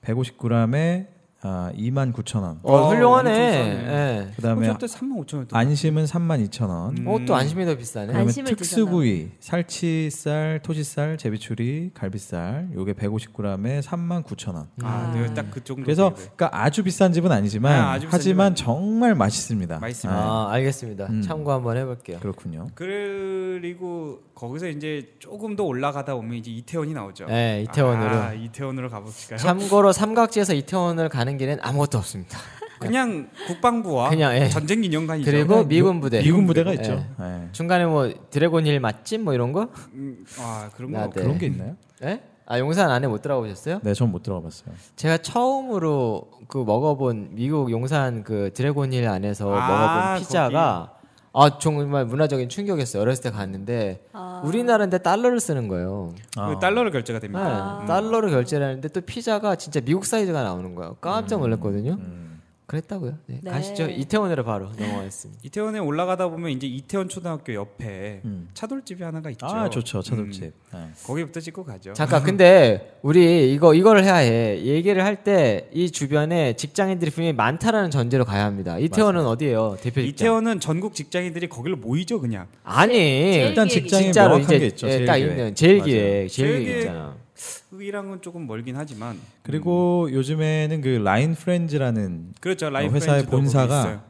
150g에 아, 29,000원. 어, 어, 훌륭하네. 엄청 예. 그다음에 그때 3만 5천 아, 원. 안심은 32,000원. 음. 어, 또 안심이 더 비싸네. 그러면 안심을 특수부위, 살치살, 토시살, 제비추리, 갈비살 요게 150g에 39,000원. 아, 네, 딱그 정도. 그래서 되고요. 그러니까 아주 비싼 집은 아니지만 아, 아주 비싼 하지만 집은 정말 맛있습니다. 맛있습니다. 음. 아, 아, 알겠습니다. 아. 참고 한번 해볼게요. 그렇군요. 그리고 거기서 이제 조금 더 올라가다 보면 이제 이태원이 나오죠. 네, 이태원으로. 그렇죠. 아, 이태원으로 가볼까요? 참고로 삼각지에서 이태원을 가는 길엔 아무것도 없습니다. [laughs] 그냥 국방부와 그냥, 예. 전쟁 아, 기념관이죠. 그리고 미군 부대. 미군 부대가 네. 있죠. 네. 중간에 뭐 드래곤 힐 맛집 뭐 이런 거? 음, 아 그런 거 아, 없고. 네. 그런 게 있나요? 예? 아 용산 안에 못 들어가보셨어요? 네, 전 못 들어가봤어요. 제가 처음으로 그 먹어본 미국 용산 그 드래곤힐 안에서 아, 먹어본 피자가 아 정말 문화적인 충격이었어요. 어렸을 때 갔는데 아. 우리나라인데 달러를 쓰는 거예요. 아. 그 달러로 결제가 네, 됩니다. 아. 음. 달러로 결제를 하는데 또 피자가 진짜 미국 사이즈가 나오는 거예요. 음. 깜짝 놀랐거든요. 그랬다고요. 네, 네. 가시죠. 이태원으로 바로 [laughs] 넘어가겠습니다. 이태원에 올라가다 보면 이제 이태원 초등학교 옆에 음. 차돌집이 하나가 있죠. 아, 좋죠. 차돌집. 음, 네. 거기부터 찍고 가죠. 잠깐 근데 우리 이거 이거를 해야 해. 얘기를 할 때 이 주변에 직장인들이 분명히 많다라는 전제로 가야 합니다. 이태원은 어디예요? 대표 직장. 이태원은 전국 직장인들이 거기로 모이죠, 그냥. 아니. 제일 네, 일단 기획이 직장에 진짜로 명확한 이제 게 있죠. 예, 제일 딱 기획. 있는 제일 맞아요. 기획, 제일 제일 기획 기획. 있잖아. 거기랑은 조금 멀긴 하지만. 그리고 음. 요즘에는 그 라인 프렌즈라는 그렇죠. 어, 라인 회사의 프렌즈도 거기 본사가 있어요.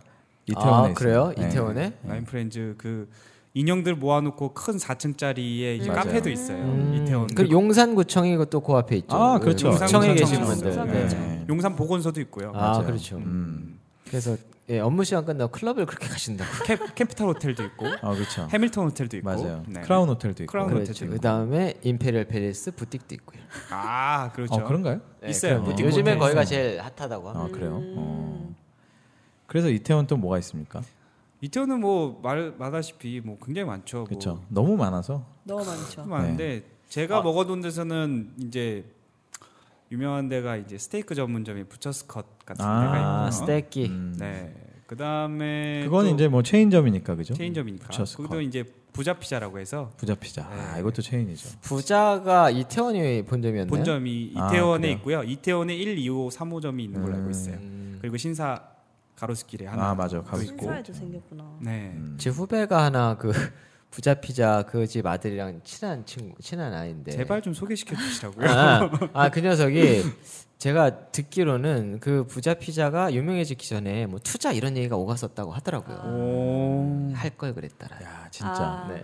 이태원에 아, 그래요? 있습니다. 네. 이태원에? 라인 프렌즈 그 인형들 모아놓고 큰 4층짜리에 이제 맞아요. 카페도 있어요. 음, 이태원. 그리고 용산구청이 그것도 그 앞에 있죠. 아, 그렇죠. 구청에 용산구청 계신 있어요. 분들. 용산구청. 네. 네. 용산 보건소도 있고요. 아, 맞아요. 그렇죠. 음. 그래서 예, 업무 시간 끝나고 클럽을 그렇게 가신다고. 캠, 캠프탈 호텔도 있고 아, 그렇죠. 해밀턴 호텔도 있고. 맞아요. 네. 크라운 호텔도 있고. 크라운 그렇죠. 호텔도 그 있고. 다음에 임페리얼 페리스 부틱도 있고요. 아 그렇죠. 어, 그런가요? 네, 있어요. 그럼요. 부틱 요즘에 호텔 거기가 있어요. 제일 핫하다고 합니다. 아, 그래요. 음. 어. 그래서 이태원 또 뭐가 있습니까? 이태원은 뭐 말, 말다시피 뭐 굉장히 많죠. 뭐. 그렇죠. 그렇죠. 너무 많아서 너무 음, 많죠. 네. 많은데 아. 제가 먹어둔 데서는 이제 유명한 데가 이제 스테이크 전문점인 부처스컷 같은 아, 데가 아, 있고요. 스테이키. 음. 네. 그다음에 그건 네, 또 이제 뭐 체인점이니까 그죠? 체인점이니까. 부처스컷. 거기도 이제 부자 피자라고 해서 부자 피자. 아, 이것도 체인이죠. 부자가 이태원이 본점이었나요? 본점이 아, 이태원에 그래요? 있고요. 이태원에 1, 2호, 3호점이 있는 걸로 알고 있어요. 그리고 신사 가로수길에 하나. 음. 아, 맞아. 또 가고 음, 있고. 있고. 신사에도 생겼구나. 네. 제 후배가 하나 그 [laughs] 부자 피자 그 집 아들이랑 친한 친구 친한 네. 아이인데 제발 좀 소개시켜 주시라고요. 아, 아, 그 녀석이 제가 듣기로는 그 부자 피자가 유명해지기 전에 뭐 투자 이런 얘기가 오갔었다고 아. 하더라고요. 오. 할 걸 그랬더라. 야, 진짜. 아, 네.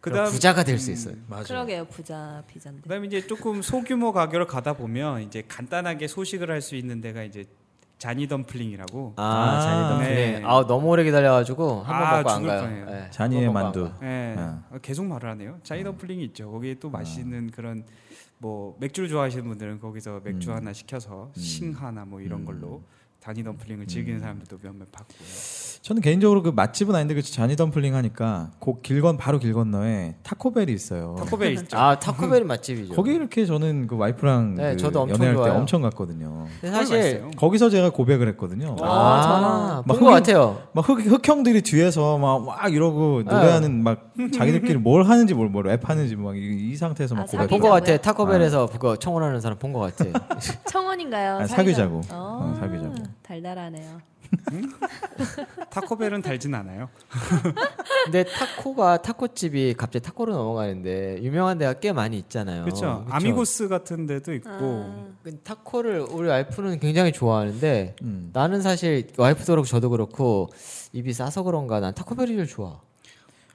그럼 그다음 부자가 될 수 있어요. 맞아. 그러게요 부자 네. 피자인데. 그다음에 이제 조금 소규모 가게로 가다 보면 이제 간단하게 소식을 할 수 있는 데가 이제 자니 덤플링이라고. 아, 아, 잔이 덤플링. 네. 아, 너무 오래 기다려가지고 한번 아, 먹고 안 죽을 가요. 뻔해요. 네, 잔이의 한번 먹고 만두. 안 가요. 예. 아. 어, 계속 말을 하네요. 자이 예. 덤플링이 있죠. 거기에 또 맛있는 그런 뭐 맥주를 좋아하시는 분들은 거기서 맥주 음. 하나 시켜서 싱 하나 뭐 이런 걸로 다니 덤플링을 음. 즐기는 사람들도 몇 명 봤고요. 저는 개인적으로 그 맛집은 아닌데 그 잔이 덤플링 하니까 곧길 건 바로 길 건너에 타코벨이 있어요. 타코벨 있죠. 아, 타코벨이 맛집이죠. 거기 이렇게 저는 그 와이프랑 네, 그 저도 엄청 연애할 때 좋아해요. 엄청 갔거든요. 근데 [laughs] 사실 맛있어요. 거기서 제가 고백을 했거든요. 와. 아, 저랑. 본것 막 같아요. 막 흑, 흑형들이 뒤에서 막, 막 이러고 네. 노래하는 막 자기들끼리 뭘 하는지 뭘 모르 랩 하는지 막 이 상태에서 막 아, 고백을 본 것 본거 해요. 같아. 타코벨에서 그거 청혼하는 사람 본 것 같아. 청원인가요? 아, 사귀자고. 어, 사귀자고. 달달하네요. 타코벨은 달진 않아요. 근데 타코가 타코집이 갑자기 타코로 넘어가는데 유명한 데가 꽤 많이 어, 있잖아요. 그렇죠. 그쵸? 아미고스 같은 데도 있고 그 타코를 우리 와이프는 굉장히 좋아하는데 음. 나는 사실 와이프도 그렇고 저도 그렇고 입이 싸서 그런가 난 타코베리를 좋아.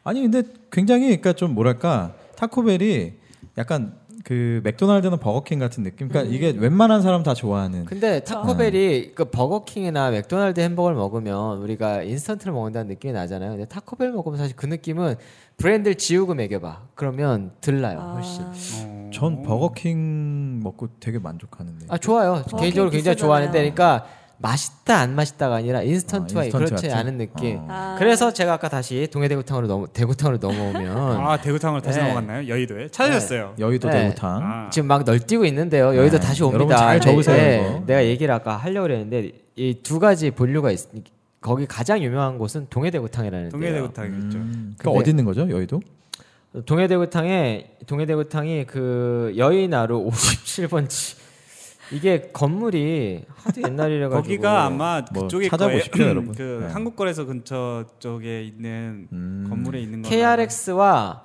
아니 근데 굉장히 그러니까 좀 뭐랄까 타코벨이 약간 그 맥도날드나 버거킹 같은 느낌. 음. 그러니까 이게 웬만한 사람 다 좋아하는. 음. 근데 타코벨이 그 버거킹이나 맥도날드 햄버거를 먹으면 우리가 인스턴트를 먹는다는 느낌이 나잖아요. 근데 타코벨 먹으면 사실 그 느낌은 브랜드를 지우고 먹여봐. 그러면 덜 나요 훨씬. 아, 어. 전 버거킹 먹고 되게 만족하는데. 아 좋아요. 버거킹 개인적으로 굉장히 비싸잖아요. 좋아하는데 그러니까 맛있다 안 맛있다가 아니라 인스턴트와 아, 인스턴트 그렇지 같은? 않은 느낌. 어. 아. 그래서 제가 아까 다시 동해대구탕으로 넘어 대구탕으로 넘어오면 아 대구탕을 다시 네. 넘어갔나요? 여의도에 찾으셨어요. 여의도 네. 대구탕. 아. 지금 막 널뛰고 있는데요. 여의도 네, 다시 여러분 옵니다. 잘 적으세요, 네, 이거. 내가 얘기를 아까 하려고 그랬는데 이 두 가지 본류가 있. 거기 가장 유명한 곳은 동해대구탕이라는 데요. 네. 동해대구탕이겠죠. 음, 그 근데- 어디 있는 거죠? 여의도? 동해대구탕에 동해대구탕이 그 여의나루 57번지 이게 건물이 하도 옛날이라 가지고 거기가 아마 뭐 그쪽일 찾아보십시오, 거예요. 여러분. 그 네. 한국거래소 근처 쪽에 있는 음. 건물에 있는 거. KRX와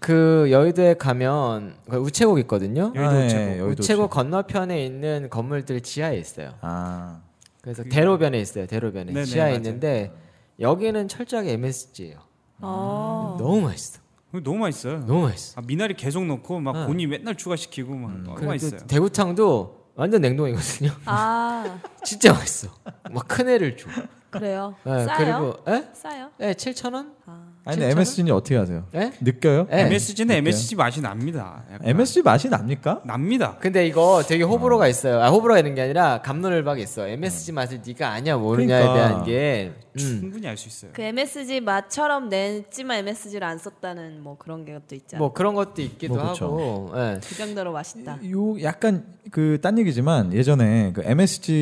그 여의도에 가면 그 우체국 있거든요. 여의도 아, 예, 우체국. 여의도 우체국 건너편에 있는 건물들 지하에 있어요. 아. 그래서 그게- 대로변에 있어요. 대로변에 네네, 지하에 맞아요. 있는데 여기는 철저하게 MSG예요. 음, 아. 너무 맛있어. 너무 맛있어요. 너무 맛있어. 아, 미나리 계속 넣고 막 네. 곤이 맨날 추가시키고 음, 막 너무 그리고 맛있어요. 대구탕도 완전 냉동이거든요. 아 진짜 맛있어. 막 큰 애를 줘. [laughs] 그래요? 네, 싸요? 그리고 에? 싸요? 에 7,000원? 아. 아니 근데 진짜로? MSG는 어떻게 하세요? 에? 느껴요? 예. MSG는 MSG 맛이 납니다. 약간. MSG 맛이 납니까? 납니다. 근데 이거 되게 호불호가 있어요. 아, 호불호가 있는 게 아니라 감론을박이 있어. MSG 맛을 네가 아냐 모르냐에 그러니까. 대한 게 음. 충분히 알 수 있어요. 그 MSG 맛처럼 냈지만 MSG를 안 썼다는 뭐 그런 게 또 있잖아. 뭐 그런 것도 있기도 뭐 음. 그렇죠. 하고. 예. 그 정도로 맛있다. 요 약간 그 딴 얘기지만 예전에 그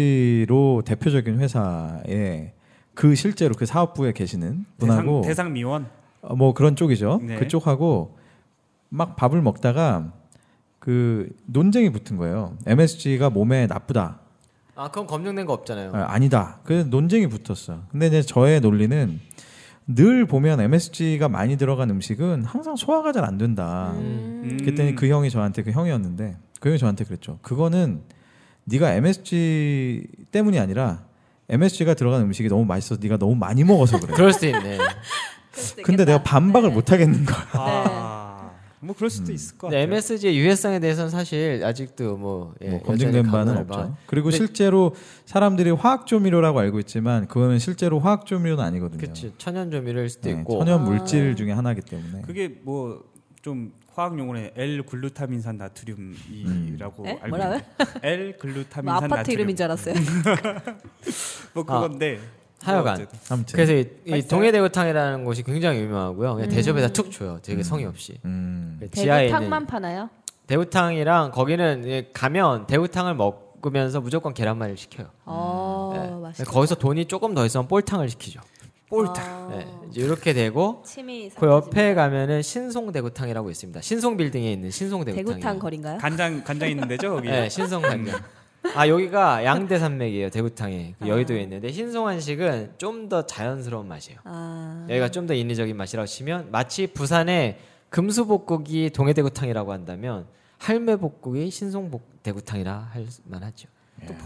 MSG로 대표적인 회사에 그 실제로 그 사업부에 계시는 그 대상, 분하고 대상 미원. 어, 뭐 그런 쪽이죠. 네. 그쪽하고 막 밥을 먹다가 그 논쟁이 붙은 거예요. MSG가 몸에 나쁘다. 아, 그건 검증된 거 없잖아요. 아, 아니다. 그 논쟁이 붙었어. 근데 이제 저의 논리는 늘 보면 MSG가 많이 들어간 음식은 항상 소화가 잘 안 된다. 음. 그때는 그 형이 저한테 그 형이었는데 그 형이 저한테 그랬죠. 그거는 네가 MSG 때문이 아니라 MSG가 들어간 음식이 너무 맛있어서 네가 너무 많이 먹어서 그래. 그럴 수도 있네. 그럴 수도 근데 있겠다. 내가 반박을 네. 못 하겠는 거야. 아, 뭐 그럴 음. 수도 있을 것 근데 네, 같아요. MSG의 유해성에 대해서는 사실 아직도 뭐, 예, 뭐 검증된 여전히 바는 감론을 박- 없죠. 그리고 근데- 실제로 사람들이 화학 조미료라고 알고 있지만 그거는 실제로 화학 조미료는 아니거든요. 그치 천연 조미료일 수도 그렇죠. 네, 있고. 천연 아. 물질 중에 하나이기 때문에. 그게 뭐 좀 화학 용어로 L 글루타민산 나트륨이라고 음. 에? 알고 뭐라고요? 있는데 L 뭐 글루타민산 아파트 이름인 나트륨. 줄 알았어요. 뭐 아, 그건데 하여간. 뭐 어쨌든. 아무튼. 그래서 이, 이 맛있어요? 동해대구탕이라는 곳이 굉장히 유명하고요. 그냥 음. 대접에다 툭 줘요. 되게 성의 없이. 그 음. 지하에 있는 음. 대구탕만 파나요? 대구탕이랑 거기는 이제 가면 대구탕을 먹으면서 무조건 계란말이를 시켜요. 어 맛있다. 네. 거기서 돈이 조금 더 있으면 볼탕을 시키죠. 볼타. 아, 네, 이제 이렇게 되고 침이 그 옆에 가면은 신송대구탕이라고 있습니다. 신송빌딩에 있는 그 신송대구탕. 대구탕 거리인가요? 간장 간장 있는데죠 거기. 네, [laughs] 신성관장. 아 여기가 양대 산맥이에요 대구탕이 그 여의도에 있는데 신성한식은 좀 더 자연스러운 맛이에요. 아 여기가 좀 더 인위적인 맛이라고 치면 마치 부산의 금수복국이 동해대구탕이라고 한다면 할매복국이 신송복대구탕이라 할 만하죠.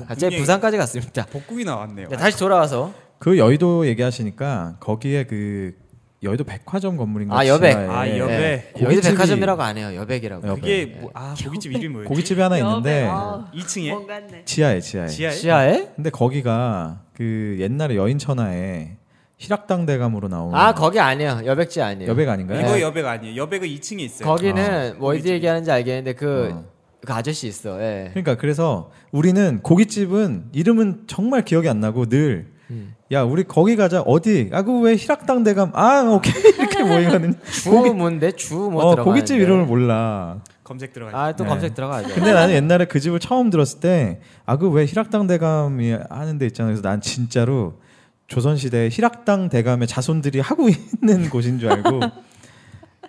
갑자기 복국이- 부산까지 갔습니다. 복국이 음, 나왔네요. 네, 다시 돌아와서 그 여의도 얘기하시니까 거기에 그 여의도 백화점 건물인가? 아, 여백. 지하에 예. 아, 여백. 네. 여의도 고깃집이- 백화점이라고 안 해요. 여백이라고. 여백. 그게 뭐, 아 고깃집 이름이 뭐예요? 네, 고깃집이 하나 있는데 아, 음. 2층에 뭔가네. 지하에 지하에. 어, 지하에. 시야에? 근데 거기가 그 옛날에 여인천하에 희락당 대감으로 나온 아 거기 아니에요. 여백지 아니에요. 어. 여백 아닌가요? 네. 이거 여백 아니에요. 여백은 2층에 있어요. 거기는 뭐 어디 얘기하는지 알겠는데 그, 어. 그 아저씨 있어. 예. 그러니까 그래서 우리는 고깃집은 이름은 정말 기억이 안 나고 늘 음. 야, 우리 거기 가자. 어디? 아, 그 왜 희락당 대감? 아, 오케이. [laughs] 이렇게 모이거든. 주문데 [laughs] 주뭐 어, 들어가. 고깃집 이름을 몰라. 검색 들어가. 아또 네. 검색 들어가죠. 근데 나는 옛날에 그 집을 처음 들었을 때, 아, 그 왜 희락당 대감이 하는 데 있잖아. 그래서 난 진짜로 조선시대에 희락당 대감의 자손들이 하고 [laughs] 있는 곳인 줄 알고.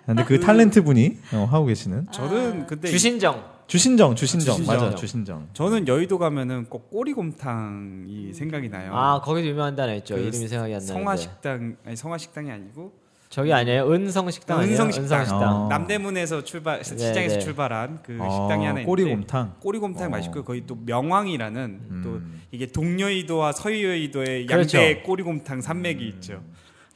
근데 그 탤런트 분이 어, 하고 계시는. 저는 근데 주신정. 주신정, 주신정. 아, 주신정. 맞아, 주신정. 저는 여의도 가면은 꼭 꼬리곰탕이 생각이 나요. 네, 아 네. 거기도 유명한 데나 있죠. 그 이름이 생각이 안 나는데. 성화식당 아니 성화식당이 아니고 저기 아니에요? 은성 식당 아니에요? 은성 식당. 어. 남대문에서 출발 네, 시장에서 네. 출발한 그 어, 식당이 하나 있는데 꼬리곰탕. 꼬리곰탕 어. 맛있고 거기 또 명왕이라는 또 음. 이게 동여의도와 서여의도의 그렇죠. 양대 꼬리곰탕 산맥이 있죠.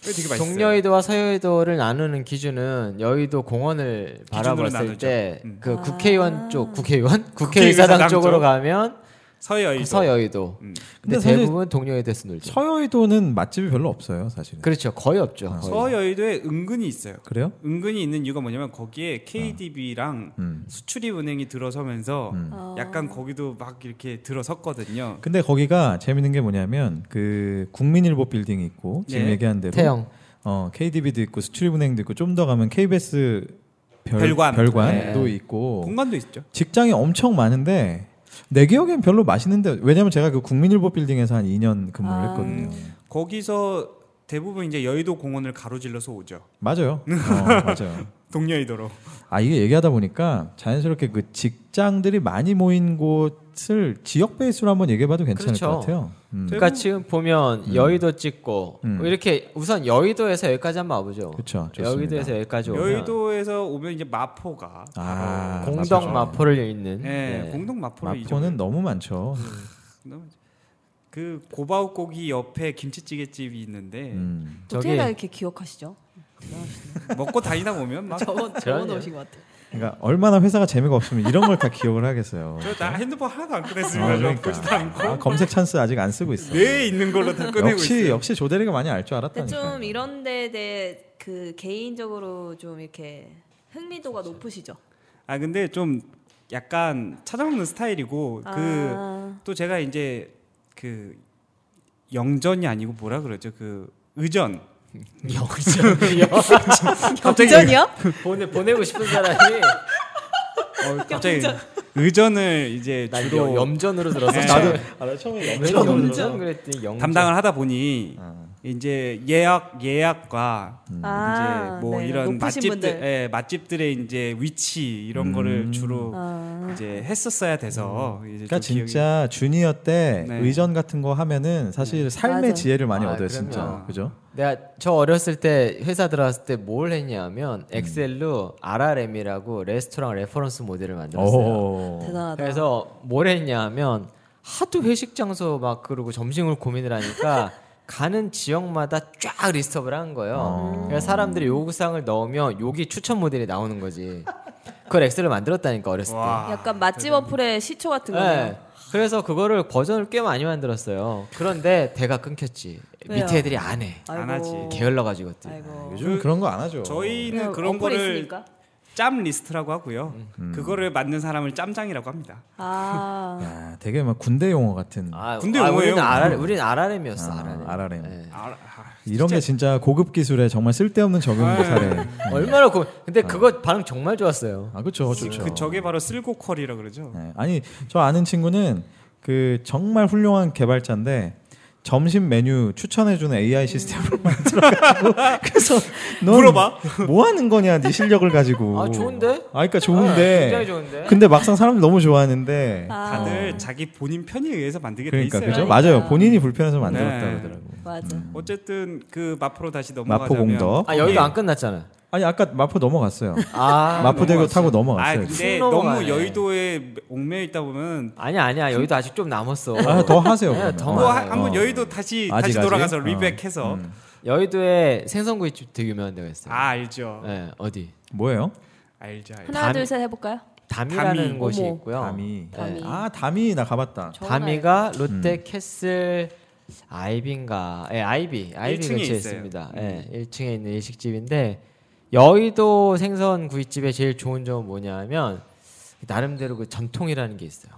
그게 되게 맛있어요. 동여의도와 서여의도를 나누는 기준은 여의도 공원을 바라봤을 나누죠. 때 음. 그 아. 국회의원 쪽 국회의원 국회의사당 국회의사당 쪽으로 쪽. 가면 서여의도. 서여의도. 음. 근데, 근데 사실- 대부분 동여의도에서 놀죠. 서여의도는 맛집이 별로 없어요, 사실은. 그렇죠. 거의 없죠. 아. 거의. 서여의도에 은근히 있어요. 그래요? 은근히 있는 이유가 뭐냐면 거기에 KDB랑 음. 수출입은행이 들어서면서 음. 아. 약간 거기도 막 이렇게 들어섰거든요. 근데 거기가 재밌는 게 뭐냐면 그 국민일보 빌딩이 있고 지금 예. 얘기한 대로 태영. 어, KDB도 있고 수출입은행도 있고 좀 더 가면 KBS 별, 별관. 별관도 네. 있고 공간도 있죠. 직장이 엄청 많은데 내 기억엔 별로 맛있는데 왜냐면 제가 그 국민일보 빌딩에서 한 2년 근무를 아. 했거든요. 거기서 대부분 이제 여의도 공원을 가로질러서 오죠. 맞아요. 어, 맞아요. 동여의도로. 아 이게 얘기하다 보니까 자연스럽게 그 직장들이 많이 모인 곳을 지역 베이스로 한번 얘기해봐도 괜찮을 그렇죠. 것 같아요. 음. 그- 그러니까 지금 보면 음. 여의도 찍고 음. 뭐 이렇게 우선 여의도에서 여기까지 한번 와보죠. 그렇죠. 좋습니다. 여의도에서 여기까지 오면 여의도에서 오면 이제 마포가 아, 바로 공덕 마포죠. 마포를 잇는 네, 네. 공동 마포를 마포는 잊어버려요. 너무 많죠. 너무- 그 고바우고기 옆에 김치찌개집이 있는데 음. 어떻게 다 저기- 이렇게 기억하시죠? 먹고 다니다 보면 [laughs] 막 저번 저런요. 저번 오신 것 같아요. 그러니까 얼마나 회사가 재미가 없으면 이런 걸 다 기억을 [laughs] 하겠어요. 저 나 핸드폰 하나도 안 아, 꺼냈습니다. 저 보지도 않고 아, 검색 찬스 아직 안 쓰고 있어. 뇌에 있는 걸로 [laughs] 다 꺼내고 역시 있어요. 역시 조대리가 많이 알 줄 근데 알았다니까. 좀 이런 데에 대해 그 개인적으로 좀 이렇게 흥미도가 높으시죠? 아 근데 좀 약간 찾아먹는 스타일이고 아, 그 또 제가 이제 그 영전이 아니고 뭐라 그러죠 그 의전 영전이요. 갑자기- 전이요? 그 보내 보내고 싶은 사람이 [laughs] 어, [laughs] 갑자기 의전을 이제 난 주로 여- 염전으로 들었어. 네. 아, 나 처음에 염전 염전 그랬더니 영전. 담당을 하다 보니 어. 이제 예약 예약과 음. 아, 이제 뭐 네, 이런 높으신 맛집들 분들. 예, 맛집들의 이제 위치 이런 음. 거를 주로 아, 이제 했었어야 돼서 이제 그러니까 좀 기억이- 진짜 주니어 때 네. 의전 같은 거 하면은 사실 삶의 맞아. 지혜를 많이 아, 얻어요, 그럼요. 진짜. 그죠? 내가 저 어렸을 때 회사 들어왔을 때 뭘 음. 했냐면 엑셀로 RRM이라고 레스토랑 레퍼런스 모델을 만들었어요. 네. 오. 대단하다. 그래서 뭘 했냐면 하도 회식 장소 막 그러고 점심을 고민을 하니까 가는 지역마다 쫙 리스트업을 한 거예요. 어. 그래서 사람들이 요구사항을 넣으면 여기 추천 모델이 나오는 거지. 그걸 엑셀로 만들었다니까 어렸을 때. 와. 약간 맛집 어플의 시초 같은 거네요. 네. 그래서 그거를 버전을 꽤 많이 만들었어요. 그런데 대가 끊겼지. 왜요? 밑에 애들이 안 해. 안 아이고. 하지. 게을러가지고 그때. 아이고. 요즘 그런 거 안 하죠. 저희는 그냥 그런 어플에 거를 있으니까. 짬 리스트라고 하고요. 음. 그거를 만든 사람을 짬장이라고 합니다. 아, 야, 되게 막 군대 용어 같은 아, 군대 아, 용어예요. 우리는 RRM, 우리는 RRM이었어. 예. 아, RRM. RRM. 아, 아, 이런 게 진짜 고급 기술에 정말 쓸데없는 적용 아. 사례. 얼마나 고 근데 그거 반응 정말 좋았어요. 아 그렇죠, 그 좋죠. 저게 바로 쓸고 퀄이라 그러죠. 네. 아니 저 아는 친구는 그 정말 훌륭한 개발자인데 점심 메뉴 추천해주는 AI [laughs] 시스템을 만들어가지고 그래서 넌 물어봐. 뭐 하는 거냐 네 실력을 가지고 아, 좋은데? 아 그러니까 네, 좋은데 굉장히 좋은데. 근데 막상 사람들 너무 네. 좋아하는데 아. 다들 자기 본인 편의에 의해서 만들게 그러니까 돼 있어요. 그죠 그러니까. 맞아요 본인이 불편해서 만들었다 네. 그러더라고 맞아. 음. 어쨌든 그 마포로 다시 마포 넘어가자면 공덕 아, 여기도 안 끝났잖아. 아니 아까 마포 넘어갔어요 아. 마포대교 넘어갔어요. 타고 아 넘어갔어요 근데 쭉 넘어가네. 너무 여의도에 얽매여 있다 보면 아니야, 아니야. 여기도 아직 좀 남았어. 아, 더 하세요 그러면. 더 어. 또 아, 네, 한- 한번 어. 여의도 다시 아직, 다시 돌아가서 아직? 리백해서 음. 여의도에 생선구이집 되게 유명한 데가 있어요. 아 알죠. 네, 어디? 뭐예요 알죠. 알죠. 하나 담- 둘 셋 해볼까요? 담이라는 담이. 곳이 어머. 있고요. 담이 네. 담이. 아 담이 나 가봤다 저는 담이가 롯데 캐슬 아이비인가? 예, 아이비. 아이비 1층에 근처에 있어요. 음. 있습니다. 예, 1층에 있는 일식집인데 여의도 생선 구이집의 제일 좋은 점은 뭐냐면 나름대로 그 전통이라는 게 있어요.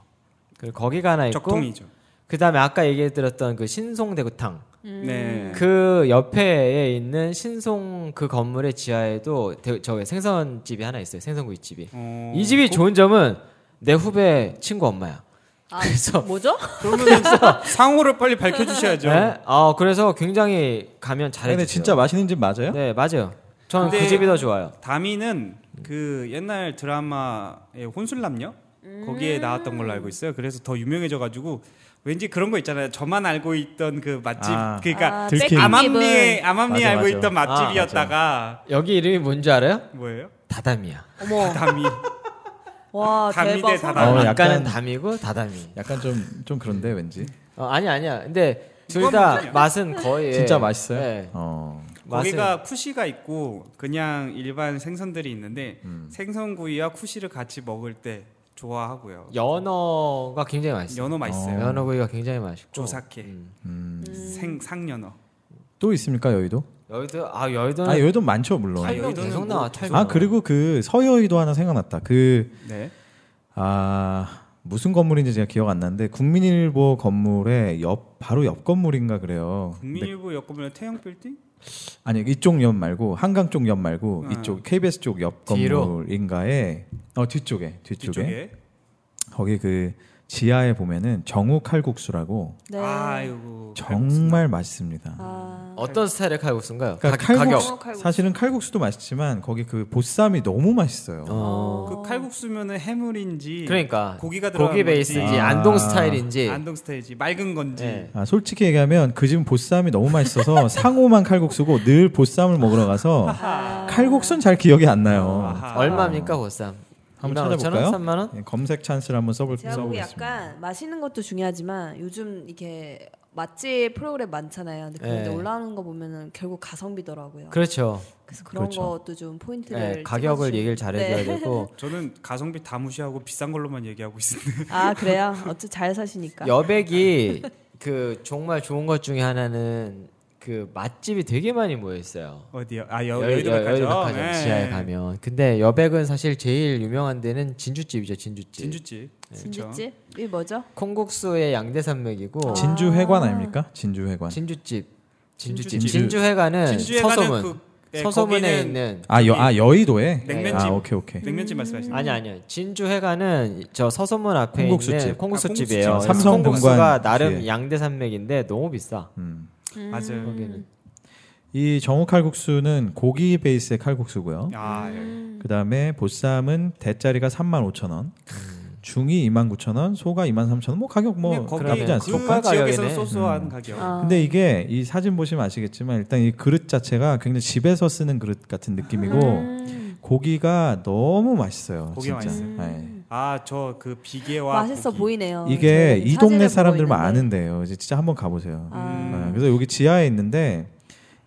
그 거기가 하나 있고 적통이죠. 그다음에 아까 얘기해 드렸던 그 신송대구탕 음. 네. 그 옆에 있는 신송 그 건물의 지하에도 대- 저 생선집이 하나 있어요. 생선구이집이. 어, 이 집이 좋은 점은 내 후배 친구 엄마야. 아, 그래서 뭐죠? [laughs] 그러면 상호를 빨리 밝혀주셔야죠. 네? 아 그래서 굉장히 아, 가면 근데 잘해주세요. 진짜 맛있는 집 맞아요? 네 맞아요. 저는 근데- 그 집이 더 좋아요. 다미는 그 옛날 음. 드라마의 혼술남녀 거기에 나왔던 걸로 알고 있어요. 그래서 더 유명해져가지고 왠지 그런 거 있잖아요. 저만 알고 있던 그 맛집 아. 그러니까 들킨. 백김집은 암암리에 암암리에 맞아, 알고 맞아. 있던 맛집이었다가 여기 이름이 뭔지 알아요? 뭐예요? 그 다담이야. 어머 담이 와 담이 대박 대 소름. 다담. 어, 아까는 약간- 담이고 다담이. 약간 좀 좀 그런데 네. 왠지 어, 아니 아니야. 근데 누가 둘 다 먹느냐? 맛은 거의 [laughs] 진짜 맛있어요. 네. 어. 맛은 거기가 쿠시가 있고 그냥 일반 생선들이 있는데 생선구이와 쿠시를 같이 먹을 때 좋아하고요. 연어가 굉장히 맛있어요. 연어 맛있어요. 어. 연어구이가 굉장히 맛있고. 조삭해. 음. 생 상연어. 또 있습니까 여의도? 여의도 아 여의도는 아 여의도 많죠 물론. 아, 설명 여의도는 계속 뭐 나와. 계속 설명. 아 그리고 그 서여의도 하나 생각났다. 네. 그 아 무슨 건물인지 제가 기억 안 나는데 국민일보 건물의 옆 바로 옆 건물인가 그래요. 근데 국민일보 옆구면 태형 빌딩? 아니 이쪽 옆 말고 한강 쪽 옆 말고 아. 이쪽 KBS 쪽 옆 음. 뒤로? 건물인가에 어 뒤쪽에 뒤쪽에 뒤쪽에. 거기 그 지하에 보면은 정우 칼국수라고 네. 아이고. 정말 맛있습니다. 아. 네. 어떤 스타일의 칼국수인가요? 그러니까 가- 칼국수, 가격. 칼국수. 사실은 칼국수도 맛있지만 거기 그 보쌈이 너무 맛있어요. 어. 그 칼국수면은 해물인지 그러니까 고기가 들어간 고기 건지, 베이스인지 아. 안동 스타일인지 안동 스타일이지 맑은 건지 네. 아, 솔직히 얘기하면 그 집은 보쌈이 너무 [laughs] 맛있어서 상호만 칼국수고 늘 보쌈을 먹으러 가서 아하. 칼국수는 잘 기억이 안 나요. 아하. 얼마입니까 보쌈? 한번 2만 5천 원, 찾아볼까요? 3만 원? 예, 검색 찬스를 한번 써볼, 제가 보기 써보겠습니다. 약간 맛있는 것도 중요하지만 요즘 이렇게 맛집 프로그램 많잖아요. 근데 그런데 네. 올라오는 거 보면은 결국 가성비더라고요. 그렇죠. 그래서 그런 그렇죠. 것도 좀 포인트를 네, 가격을 찍어주시면- 얘기를 잘해줘야 네. [laughs] 되고 저는 가성비 다 무시하고 비싼 걸로만 얘기하고 있었는데 아 그래요? 어째 잘 사시니까. 여백이 그 정말 좋은 것 중에 하나는 그 맛집이 되게 많이 모여 있어요. [laughs] 어디요? 아 여, 여- 의도 여- 백화점. 백화점 네. 지하에 가면 근데 여백은 사실 제일 유명한 데는 진주집이죠 진주집 진주집. 그렇죠. 진주집? 이 뭐죠? 콩국수의 양대산맥이고 아. 진주 회관 아닙니까? 진주 회관. 진주집 진주집 진주집. 진주회관은 진주에 네, 서소문 가는 그 네, 서소문에 거기는 있는 아, 여, 아 여의도에? 냉면집. 아, 오케이 오케이. 냉면집 말씀하시는 아니 아니요 진주회관은 저 서소문 앞에 콩국수집. 있는 아, 콩국수집이에요. 콩국수집. 삼성 콩국수가 본관 예. 나름 뒤에. 양대산맥인데 너무 비싸. 음. 맞아요. 거기는 이 정우 칼국수는 고기 베이스의 칼국수고요. 아, 예. 그 다음에 보쌈은 대짜리가 35,000원, 중이 29,000원, 소가 23,000원. 뭐 가격 뭐 근데 거기 나쁘지 그 않습니다. 족발 가격이네. 지역에서는 소소한 음. 가격. 아. 근데 이게 이 사진 보시면 아시겠지만 일단 이 그릇 자체가 굉장히 집에서 쓰는 그릇 같은 느낌이고 음. 고기가 너무 맛있어요. 고기가 진짜. 맛있어요. 네. 아 저 그 비계와 맛있어 고기. 보이네요. 이게 저희는 이 음. 사진을 동네 보고 사람들만 있는데. 아는데요. 이제 진짜 한번 가보세요. 아. 네, 그래서 여기 지하에 있는데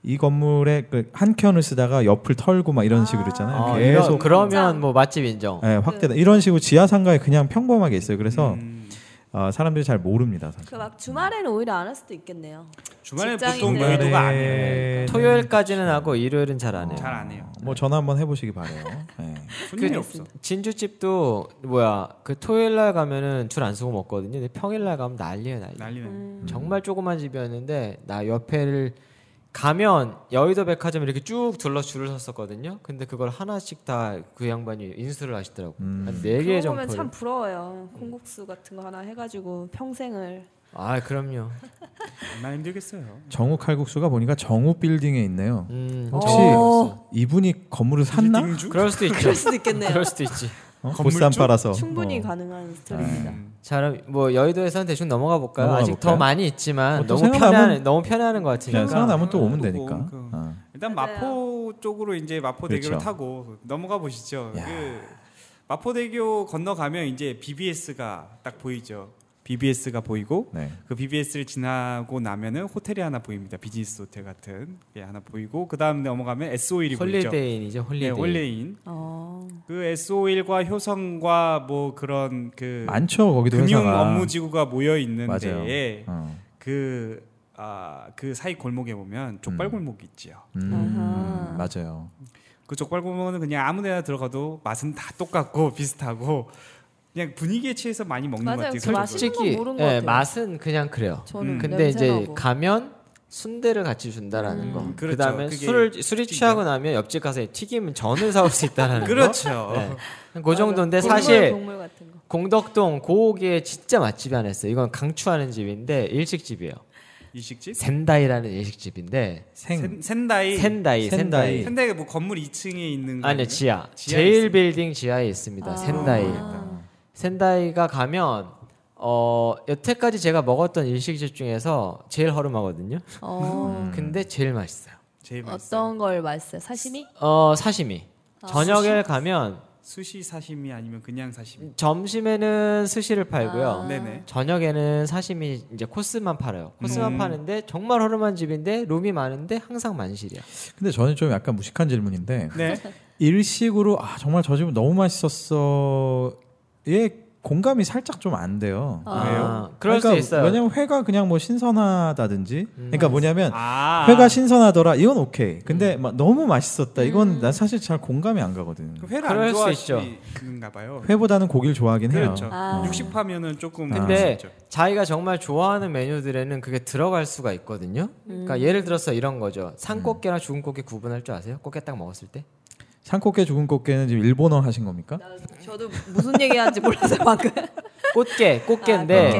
이 건물에 그한 켠을 쓰다가 옆을 털고 막 이런 식으로 있잖아요. 아, 계속 이런, 그러면 뭐 맛집 인정. 예, 네. 확대 이런 식으로 지하 상가에 그냥 평범하게 있어요. 그래서 음. 어, 사람들이 잘 모릅니다. 사실. 그막 주말에는 오히려 안 할 수도 있겠네요. 주말에 보통 직장인들. 네. 여의도가 아니에요. 네, 토요일까지는 하고 일요일은 잘 안 해요. 잘 안 해요. 뭐 전화 한번 해보시기 바래요. 예. 손님이 없어. 진주집도 뭐야 그 토요일 날 가면은 줄 안 쓰고 먹거든요. 근데 평일 날 가면 난리예요 난리. 난리네. 음. 정말 조그만 집이었는데 나 옆에를 가면 여의도 백화점 이렇게 쭉 둘러 줄을 섰었거든요. 근데 그걸 하나씩 다 그 양반이 인수를 하시더라고. 음. 한 네 개의 그런 거면 점포. 참 부러워요. 콩국수 같은 거 하나 해가지고 평생을 [laughs] 아 그럼요. 얼마나 힘들겠어요. 정우 칼국수가 보니까 정우 빌딩에 있네요. 음, 혹시 정말 이분이 건물을 샀나? 빌딩주? 그럴 수도 있죠. 어. 그럴 수도 있겠네요. 그럴 수도 있지. 어? 건물주? 보쌈 팔아서. 충분히 어. 네. 가능한 스토리입니다. 음. 자, 그럼 뭐 여의도에선 대충 넘어가 볼까요? 넘어가 아직 볼까요? 더 많이 있지만 어, 또 너무 생각나면- 편안해, 너무 편안한 것 그냥 같으니까. 생각나면 또 오면 또 되니까. 그- 어. 일단 맞아요. 마포 쪽으로 이제 마포대교를 그렇죠. 타고 넘어가 보시죠. 야. 그 마포대교 건너가면 이제 BBS가 딱 보이죠. BBS가 보이고 네. 그 BBS를 지나고 나면은 호텔이 하나 보입니다. 비즈니스 호텔 같은 게 하나 보이고 그 다음 넘어가면 S5일이 뭐 보이죠. 홀리데이인이죠, 네, 홀리데이. 홀레인. 어. 그 S5일과 효성과 뭐 그런 그 많죠 거기도 금융 회사가. 업무 지구가 모여 맞아요. 있는데 어. 그 아, 그 사이 골목에 보면 족발 음. 골목이 있지요. 음, 아하. 맞아요. 그 족발 골목은 그냥 아무데나 들어가도 맛은 다 똑같고 [laughs] 비슷하고 그냥 분위기에 취해서 많이 먹는 맞아요. 것 같아요. 그 맛이- 그쪽은. 솔직히 맛있는 건 모르는 것 예, 같아요. 맛은 그냥 그래요. 저는 뭐. 음. 근데 이제 그 냄새나고. 가면 순대를 같이 준다라는 거. 음, 그 그렇죠. 다음에 그게 술을 술이 특징이죠. 취하고 나면 옆집 가서 튀김 전을 사올 수 [laughs] 있다라는 그렇죠. 거. 네. 그 정도인데 맞아요. 사실 동물, 동물 같은 거. 공덕동 고옥에 진짜 맛집이 하나 있어요. 이건 강추하는 집인데 일식집이에요. 일식집 센다이라는 일식집인데 생. 센, 다이 센다이. 센다이 센다이, 센다이가 뭐 건물 2층에 있는 거 아니요 네, 지하 지하에 제일 있어요. 빌딩 지하에 있습니다. 아. 센다이 모르겠다. 센다이가 가면 어 여태까지 제가 먹었던 일식집 중에서 제일 허름하거든요. 음. 어, 음. 근데 제일 맛있어요. 제일 음. 맛있어요. 어떤 걸 맛있어요? 사시미? 어 사시미. 아, 저녁에 가면 수시 사시미 아니면 그냥 사시미. 점심에는 스시를 팔고요. 음. 아. 네네. 저녁에는 사시미 이제 코스만 팔아요. 코스만 음. 파는데 정말 허름한 집인데 룸이 많은데 항상 만실이야. 근데 저는 좀 약간 무식한 질문인데 네. 일식으로 아 정말 저 집은 너무 맛있었어. 예 공감이 살짝 좀 안 돼요. 아. 왜요? 그럴 그러니까 수 있어요. 음. 왜냐면 회가 그냥 뭐 신선하다든지. 그러니까 뭐냐면 아. 회가 신선하더라. 이건 오케이. 근데 음. 막 너무 맛있었다. 이건 난 사실 잘 공감이 안 가거든. 그럼 회를 그럴 안 수 좋아하시는가 봐요. 회보다는 고기를 좋아하긴 해요. 그렇죠. 아. 육식 파면은 조금 근데 그럴 수 있죠. 자기가 정말 좋아하는 메뉴들에는 그게 들어갈 수가 있거든요. 음. 음. 그러니까 예를 들어서 이런 거죠. 산꽃게랑 죽은 꽃게 구분할 줄 아세요? 꽃게 딱 먹었을 때? 산꽃게 죽은 꽃게는 지금 일본어 하신 겁니까? 네. 저도 무슨 얘기하는지 몰라서 방금. 아, 꽃게, 꽃게인데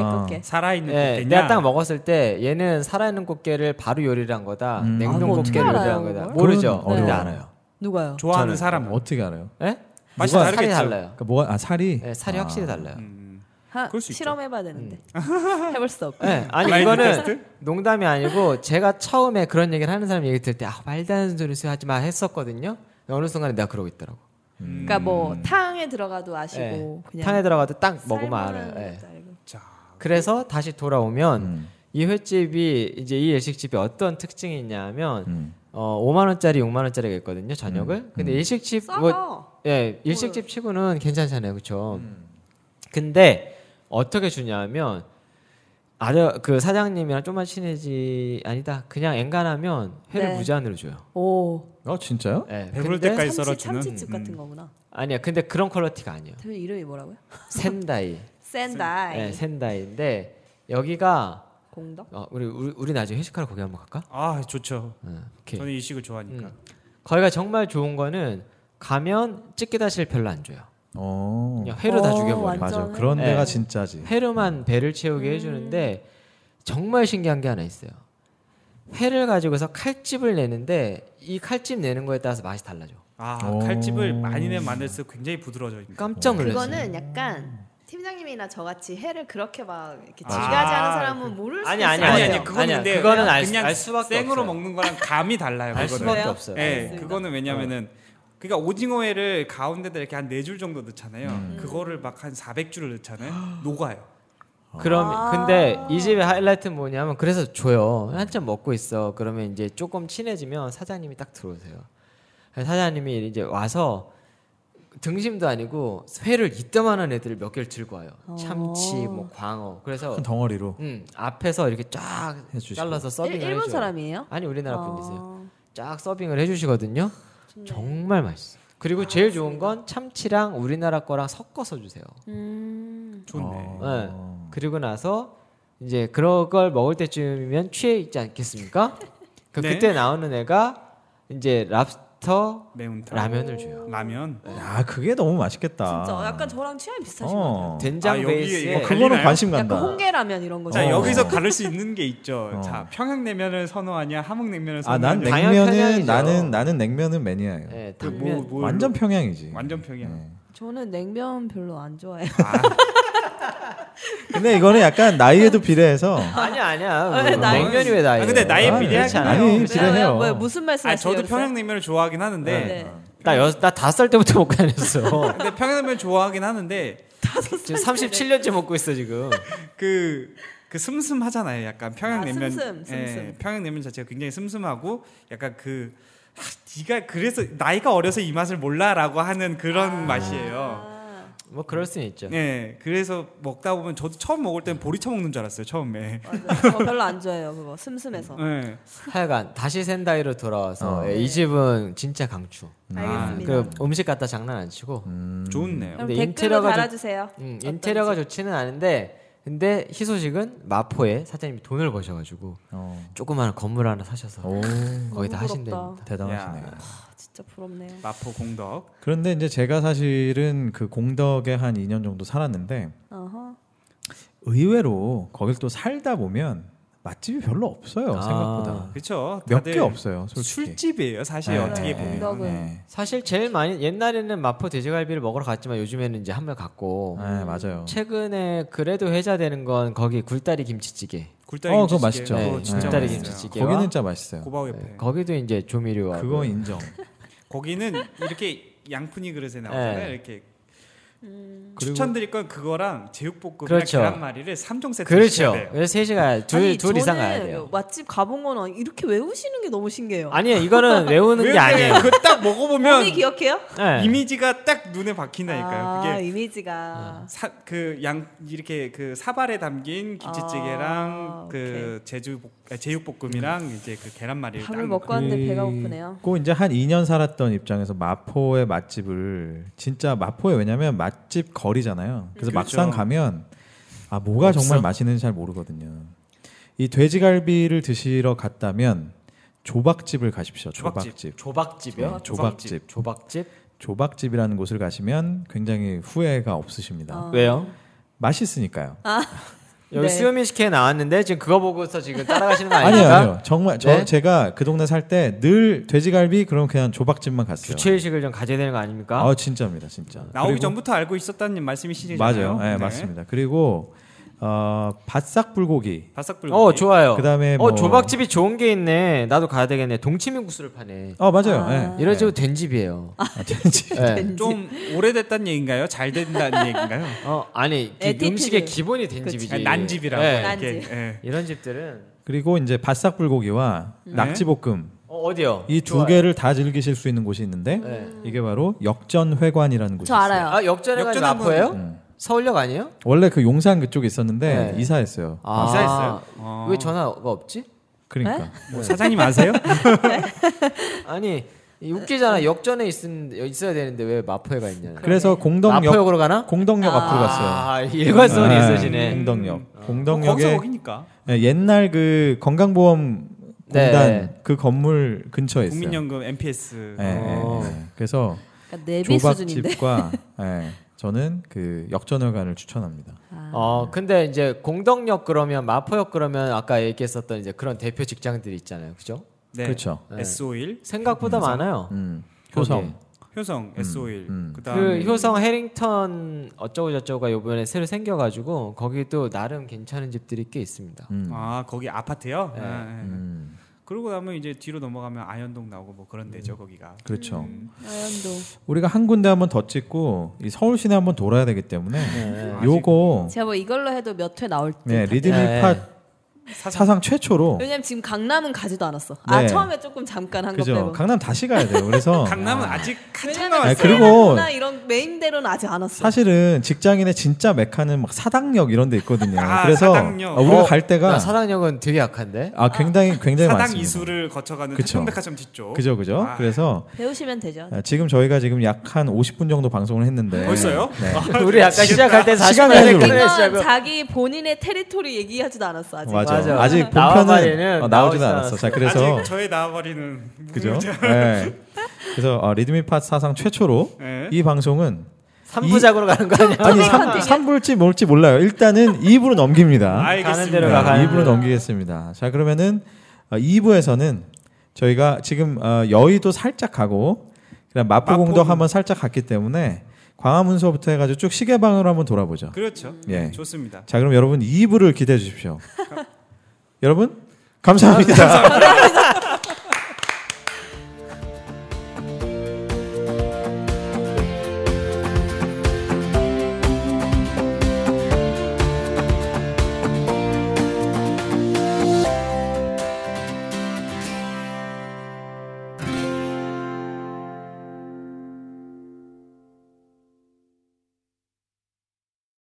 [laughs] 아, 아. 꽃게, 꽃게. 살아있는 예, 게 있냐? 내가 딱 먹었을 때 얘는 살아있는 꽃게를 바로 요리를 한 거다. 음. 아, 냉동 그거 어떻게 꽃게 요리를 알아요, 한 거다. 그걸? 모르죠. 그건 근데 어려워요. 알아요. 누가요? 좋아하는 사람. 은 네. 어떻게 알아요? 예? 맛이 누가 다르겠죠. 살이 달라요. 그러니까 뭐가 아 살이 예, 살이 확실히 달라요. 음. 하, 그럴 수 있죠. 실험해봐야 되는데 [laughs] 해볼 수 없고. 예, 아니 마인드 이거는 그 테스트? 농담이 아니고 제가 처음에 그런 얘기를 하는 사람 얘기 들을 때 아, 말도 안 되는 소리 하지 마 했었거든요. 근데 어느 순간에 내가 그러고 있더라고. 그러니까 뭐 탕에 들어가도 아시고 그냥 예. 탕에 들어가도 딱 먹으면 살만한 알아요. 예. 것도 알고. 자, 그래서 다시 돌아오면 음, 이 횟집이 이제 이 일식집이 어떤 특징이 있냐면 음. 어 5만 원짜리, 6만 원짜리가 있거든요. 저녁을. 근데 일식집 싸다. 뭐 예, 일식집 치고는 괜찮잖아요. 그렇죠? 근데 어떻게 주냐면 아저 그 사장님이랑 좀만 친해지 아니다. 그냥 엔간하면 회를 네. 무제한으로 줘요. 오 어 진짜요? 예. 배부를 근데- 때까지 참치 썰어주는 참치집 같은 음. 거구나. 아니야. 근데 그런 퀄러티가 아니에요. 대표 이름이 뭐라고요? 센다이. 센다이 예, 센다이인데 여기가 공덕. 어, 우리 우리, 우리 나중에 회식하러 거기 한번 갈까? 아 좋죠. 응, 네, 오케이. 음. 저는 일식을 좋아하니까. 거기가 정말 좋은 거는 가면 찌개다시를 별로 안 줘요. 어 그냥 회로 다 어, 죽여버려. 맞아. 완전 그런 회. 데가 네. 진짜지. 회로만 배를 채우게 해주는데 정말 신기한 게 하나 있어요. 회를 가지고서 칼집을 내는데 이 칼집 내는 거에 따라서 맛이 달라져. 아 오. 칼집을 많이 내 만들수록 굉장히 부드러워집니다. 깜짝 놀랐어요. 음. 그거는 약간 팀장님이나 저같이 해를 그렇게 막 이렇게 아, 지가지 하는 사람은 모를 수 아니, 있어요. 아니, 아니 아니요. 아니 그건 아니야. 근데 그거는 그냥 알 수- 그냥 알 수밖에 생으로 없어요. 먹는 거랑 감이 달라요. 알 그거는. 수밖에 그래요? 없어요. 어. 예, 알겠습니다. 그거는 왜냐면은 그러니까 오징어회를 가운데다 이렇게 한 네 줄 정도 넣잖아요. 음. 그거를 막 한 400줄을 넣잖아요. 녹아요. 그럼 근데 이 집의 하이라이트는 뭐냐면 그래서 줘요. 한참 먹고 있어. 그러면 이제 조금 친해지면 사장님이 딱 들어오세요. 사장님이 이제 와서 등심도 아니고 회를 이따만한 애들을 몇 개를 들고 와요. 참치, 뭐 광어. 그래서 큰 덩어리로 음, 앞에서 이렇게 쫙 해주시고. 잘라서 서빙을 일, 일본 해줘요. 사람이에요? 아니 우리나라 분이세요. 어, 쫙 서빙을 해주시거든요. 아, 네. 정말 맛있어. 요 그리고 제일 좋은 건 참치랑 우리나라 거랑 섞어서 주세요. 음, 좋네. 어. 그리고 나서 이제 그런 걸 먹을 때쯤이면 취해 있지 않겠습니까? 그 네. 그때 나오는 애가 이제 랍스터 매운탕. 라면을 어. 줘요. 라면. 네. 야 그게 너무 맛있겠다. 진짜 약간 저랑 취향이 비슷하신 것 같아요. 어. 된장 아, 여기 베이스에 이거 그거는 갈리나요? 관심 간다. 약간 홍게라면 이런 거. 자 어. 여기서 가를 수 있는 게 있죠. 어. 자 평양냉면을 선호하냐 함흥냉면을 아 난 선호하냐. 냉- 당연 냉면은 편향이죠. 나는 나는 냉면은 매니아예요. 예, 그 당면 뭐, 뭐, 완전 평양이지. 완전 평양. 네. 저는 냉면 별로 안 좋아해요. 근데 이거는 약간 나이에도 비례해서 아니야 아니야 아, 뭐, 나이- 냉면이 왜 나이? 아, 근데 나이에 아, 비례하지 그렇지 않아요. 아니 그렇지 비례해요. 뭐, 왜 무슨 말씀 아 하시는 저도 평양냉면을 좋아하긴 하는데 네. 나다살 때부터 먹고 [laughs] 다녔어. 근데 평양냉면 좋아하긴 하는데 지금 37년째 먹고 있어 지금. 그, 그 슴슴하잖아요. 약간 평양냉면. 아, 슴슴, 슴슴. 예, 평양냉면 자체가 굉장히 슴슴하고 약간 그 아, 네가 그래서 나이가 어려서 이 맛을 몰라라고 하는 그런 맛이에요. 아, 뭐 그럴 수는 있죠. 예, 그래서 먹다 보면 저도 처음 먹을 땐 보리차 먹는 줄 알았어요. 처음에. 맞아요. 저 별로 안 좋아해요. 그거 슴슴해서. 예. 음. 하여간 다시 센다이로 돌아와서 어. 예, 이 집은 진짜 강추. 아, 알겠습니다. 그 음식 갖다 장난 안 치고 좋네요. 음. 그럼 근데 댓글로 인테리어가 좀- 달아주세요. 음, 어떤지. 인테리어가 좋지는 않은데 근데 희소식은 마포에 사장님이 돈을 버셔가지고 어. 조그마한 건물 하나 사셔서 오 거기다 너무 부럽다. 하신대요. 대단하시네요. 야. 아, 진짜 부럽네요. 마포 공덕. 그런데 이제 제가 사실은 그 공덕에 한 2년 정도 살았는데 어허. 의외로 거길 또 살다 보면 맛집이 별로 없어요 아. 생각보다 그렇죠. 몇 개 없어요 솔직히 술집이에요 사실 네, 어떻게 네, 보면. 언덕은. 네. 사실 제일 많이 옛날에는 마포 돼지갈비를 먹으러 갔지만 요즘에는 이제 한번 갔고 음. 네, 맞아요 최근에 그래도 회자되는 건 거기 굴다리 김치찌개. 굴다리 어, 김치찌개. 그거 맛있죠. 그거 네, 진짜 굴다리 맛있어요. 김치찌개. 거기는 진짜 맛있어요 고바우 옆에. 네, 거기도 이제 조미료와 그거 인정 거기는 이렇게 양푼이 그릇에 나오잖아요. 네. 이렇게 음. 그리고- 추천드릴 건 그거랑 제육볶음이랑 그렇죠. 계란말이를 3종 세트 그렇죠. 시켜야 돼요. 그래서 세 시간 둘, 둘 이상 가야 돼요. 맛집 가본 건 이렇게 외우시는 게 너무 신기해요. 아니에요. [laughs] 이거는 외우는 게 왜냐면 아니에요. 그거 딱 몸이 먹어보면 기억해요? 네. 이미지가 딱 눈에 박힌다니까요. 아, 그게 이미지가 그양 이렇게 그 사발에 담긴 김치찌개랑 아, 그 제주 볶- 아, 제육볶음이랑 이제 그 계란말이를 밥을 딱 먹고 왔는데 배가 그리고 고프네요. 이제 한 2년 살았던 입장에서 마포의 맛집을 진짜 마포에 왜냐면 맛집 거리잖아요. 그래서 음. 막상 그렇죠. 가면 아 뭐가 없어? 정말 맛있는지 잘 모르거든요. 이 돼지갈비를 드시러 갔다면 조박집을 가십시오. 조박집. 조박집. 조박집이요? 네, 조박집. 조박집? 조박집이라는 곳을 가시면 굉장히 후회가 없으십니다. 아. 네. 왜요? 맛있으니까요. 여기 네. 수요미 식회 나왔는데 지금 그거 보고서 지금 따라가시는 거 아니요, 아닙니까? 아니요. 정말 저 네? 제가 그 동네 살 때 늘 돼지갈비 그럼 그냥 조박집만 갔어요. 주체의식을 좀 가져야 되는 거 아닙니까? 아 진짜입니다, 진짜. 나오기 그리고- 전부터 알고 있었다는 말씀이시잖아요. 맞아요. 네, 맞습니다. 그리고 어, 바싹 불고기. 바삭불. 어 좋아요. 그다음에 어 뭐- 조박집이 좋은 게 있네. 나도 가야 되겠네. 동치미 국수를 파네. 어 맞아요. 아. 예. 이런 식으로 된 집이에요. 아, 진짜. [laughs] 네. 좀 오래됐다는 얘기인가요? 잘 [laughs] 된다는 얘기인가요? 어 아니 그 에티튜드. 음식의 기본이 된 그치. 집이지. 아, 난집이라고 네. 난- 이렇게. 난집. 예. 이런 집들은 그리고 이제 바싹 불고기와 낙지볶음 어, 어디요? 이 두 좋아요. 개를 다 즐기실 수 있는 곳이 있는데 네. 이게 바로 역전회관이라는 곳이 저 있어요. 알아요. 아 역전회관 역전회관- 마포예요? 음. 서울역 아니에요? 원래 그 용산 그쪽에 있었는데 네. 이사했어요. 아, 이사했어요? 어. 왜 전화가 없지? 그러니까 뭐 사장님 [laughs] 아세요? 아니 이 웃기잖아. 역전에 있, 있어야 되는데 왜 마포에가 있냐. 그래서 공덕역 마포역으로 가나? 공덕역 앞으로 갔어요. 아 일관성이 네, 있으시네. 공덕역. 거기서 공덕역에 거기니까. 예, 옛날 그 건강보험 네. 공단 그 건물 근처에 있어요. 국민연금 MPS. 예, 예, 어. 예. 그래서 그러니까 내비 수준인데. 조박집과 예, 저는 그 역전회관을 추천합니다. 어 근데 이제 공덕역 그러면 마포역 그러면 아까 얘기했었던 이제 그런 대표 직장들이 있잖아요, 그죠? 네. 그렇죠. 네. S5일, 생각보다 많아요. 음, 효성. 효성 S5일. 음. 그다음에 그 효성 해링턴 어쩌고 저쩌고가 요번에 새로 생겨가지고 거기도 나름 괜찮은 집들이 꽤 있습니다. 음, 아 거기 아파트요. 네. 아, 예. 음, 그러고 나면 이제 뒤로 넘어가면 아현동 나오고 뭐 그런 데죠 거기가. 그렇죠. 음. 아연도. 우리가 한 군데 한번 더 찍고 이 서울 시내 한번 돌아야 되기 때문에 네. 요거 제가 뭐 이걸로 해도 몇 회 나올 듯. 네, 리드미 네. 팟 사상 최초로 왜냐면 지금 강남은 가지도 않았어. 아 네. 처음에 조금 잠깐 한 거 그죠. 빼고. 강남 다시 가야 돼요. 그래서 [laughs] 강남은 아직 한참 왜냐면 어. 아니, 남았어요. 그리고- 세레나나 이런 메인대로는 아직 안 왔어. 사실은 직장인의 진짜 메카는 막 사당역 이런 데 있거든요. [laughs] 아, 그래서 사당역. 아, 우리가 어, 갈 나 때가 사당역은 되게 약한데. 아 굉장히 굉장히 사당 많습니다. 이수를 거쳐가는 그쵸. 태평백화점 뒤쪽. 그죠 그죠. 아. 네. 그래서 배우시면 되죠. 아, 지금 저희가 지금 약 한 50분 정도 방송을 했는데 벌써요? 네. 우리 아까 시작할 때 시간 40분 가지고. 전에 이건 시작을. 그러니까 자기 본인의 테리토리 얘기하지도 않았어 아직. 맞아. 맞아. 아직 본편은 나와버리는 어, 나오지도 나오지도 않았어. 자, 그래서 아직 저의 나와버리는 그죠? 네. 그래서 어, 리드미 팟 사상 최초로 네. 이 방송은 3부작으로 가는 거 아니야? 아니 3, 삼부지 뭘지 몰라요. 일단은 2부로 넘깁니다. 알겠습니다. 가는 대로 가, 가는 네, 2부로 대로. 넘기겠습니다. 자, 그러면은 어, 2부에서는 저희가 지금 어, 여의도 살짝 가고 그다음 마포공도 마포공. 한번 살짝 갔기 때문에 광화문서부터 해가지고 쭉 시계방으로 한번 돌아보죠. 그렇죠. 예. 좋습니다. 자, [laughs] 그럼 여러분 2부를 기대해 주십시오. 여러분 감사합니다.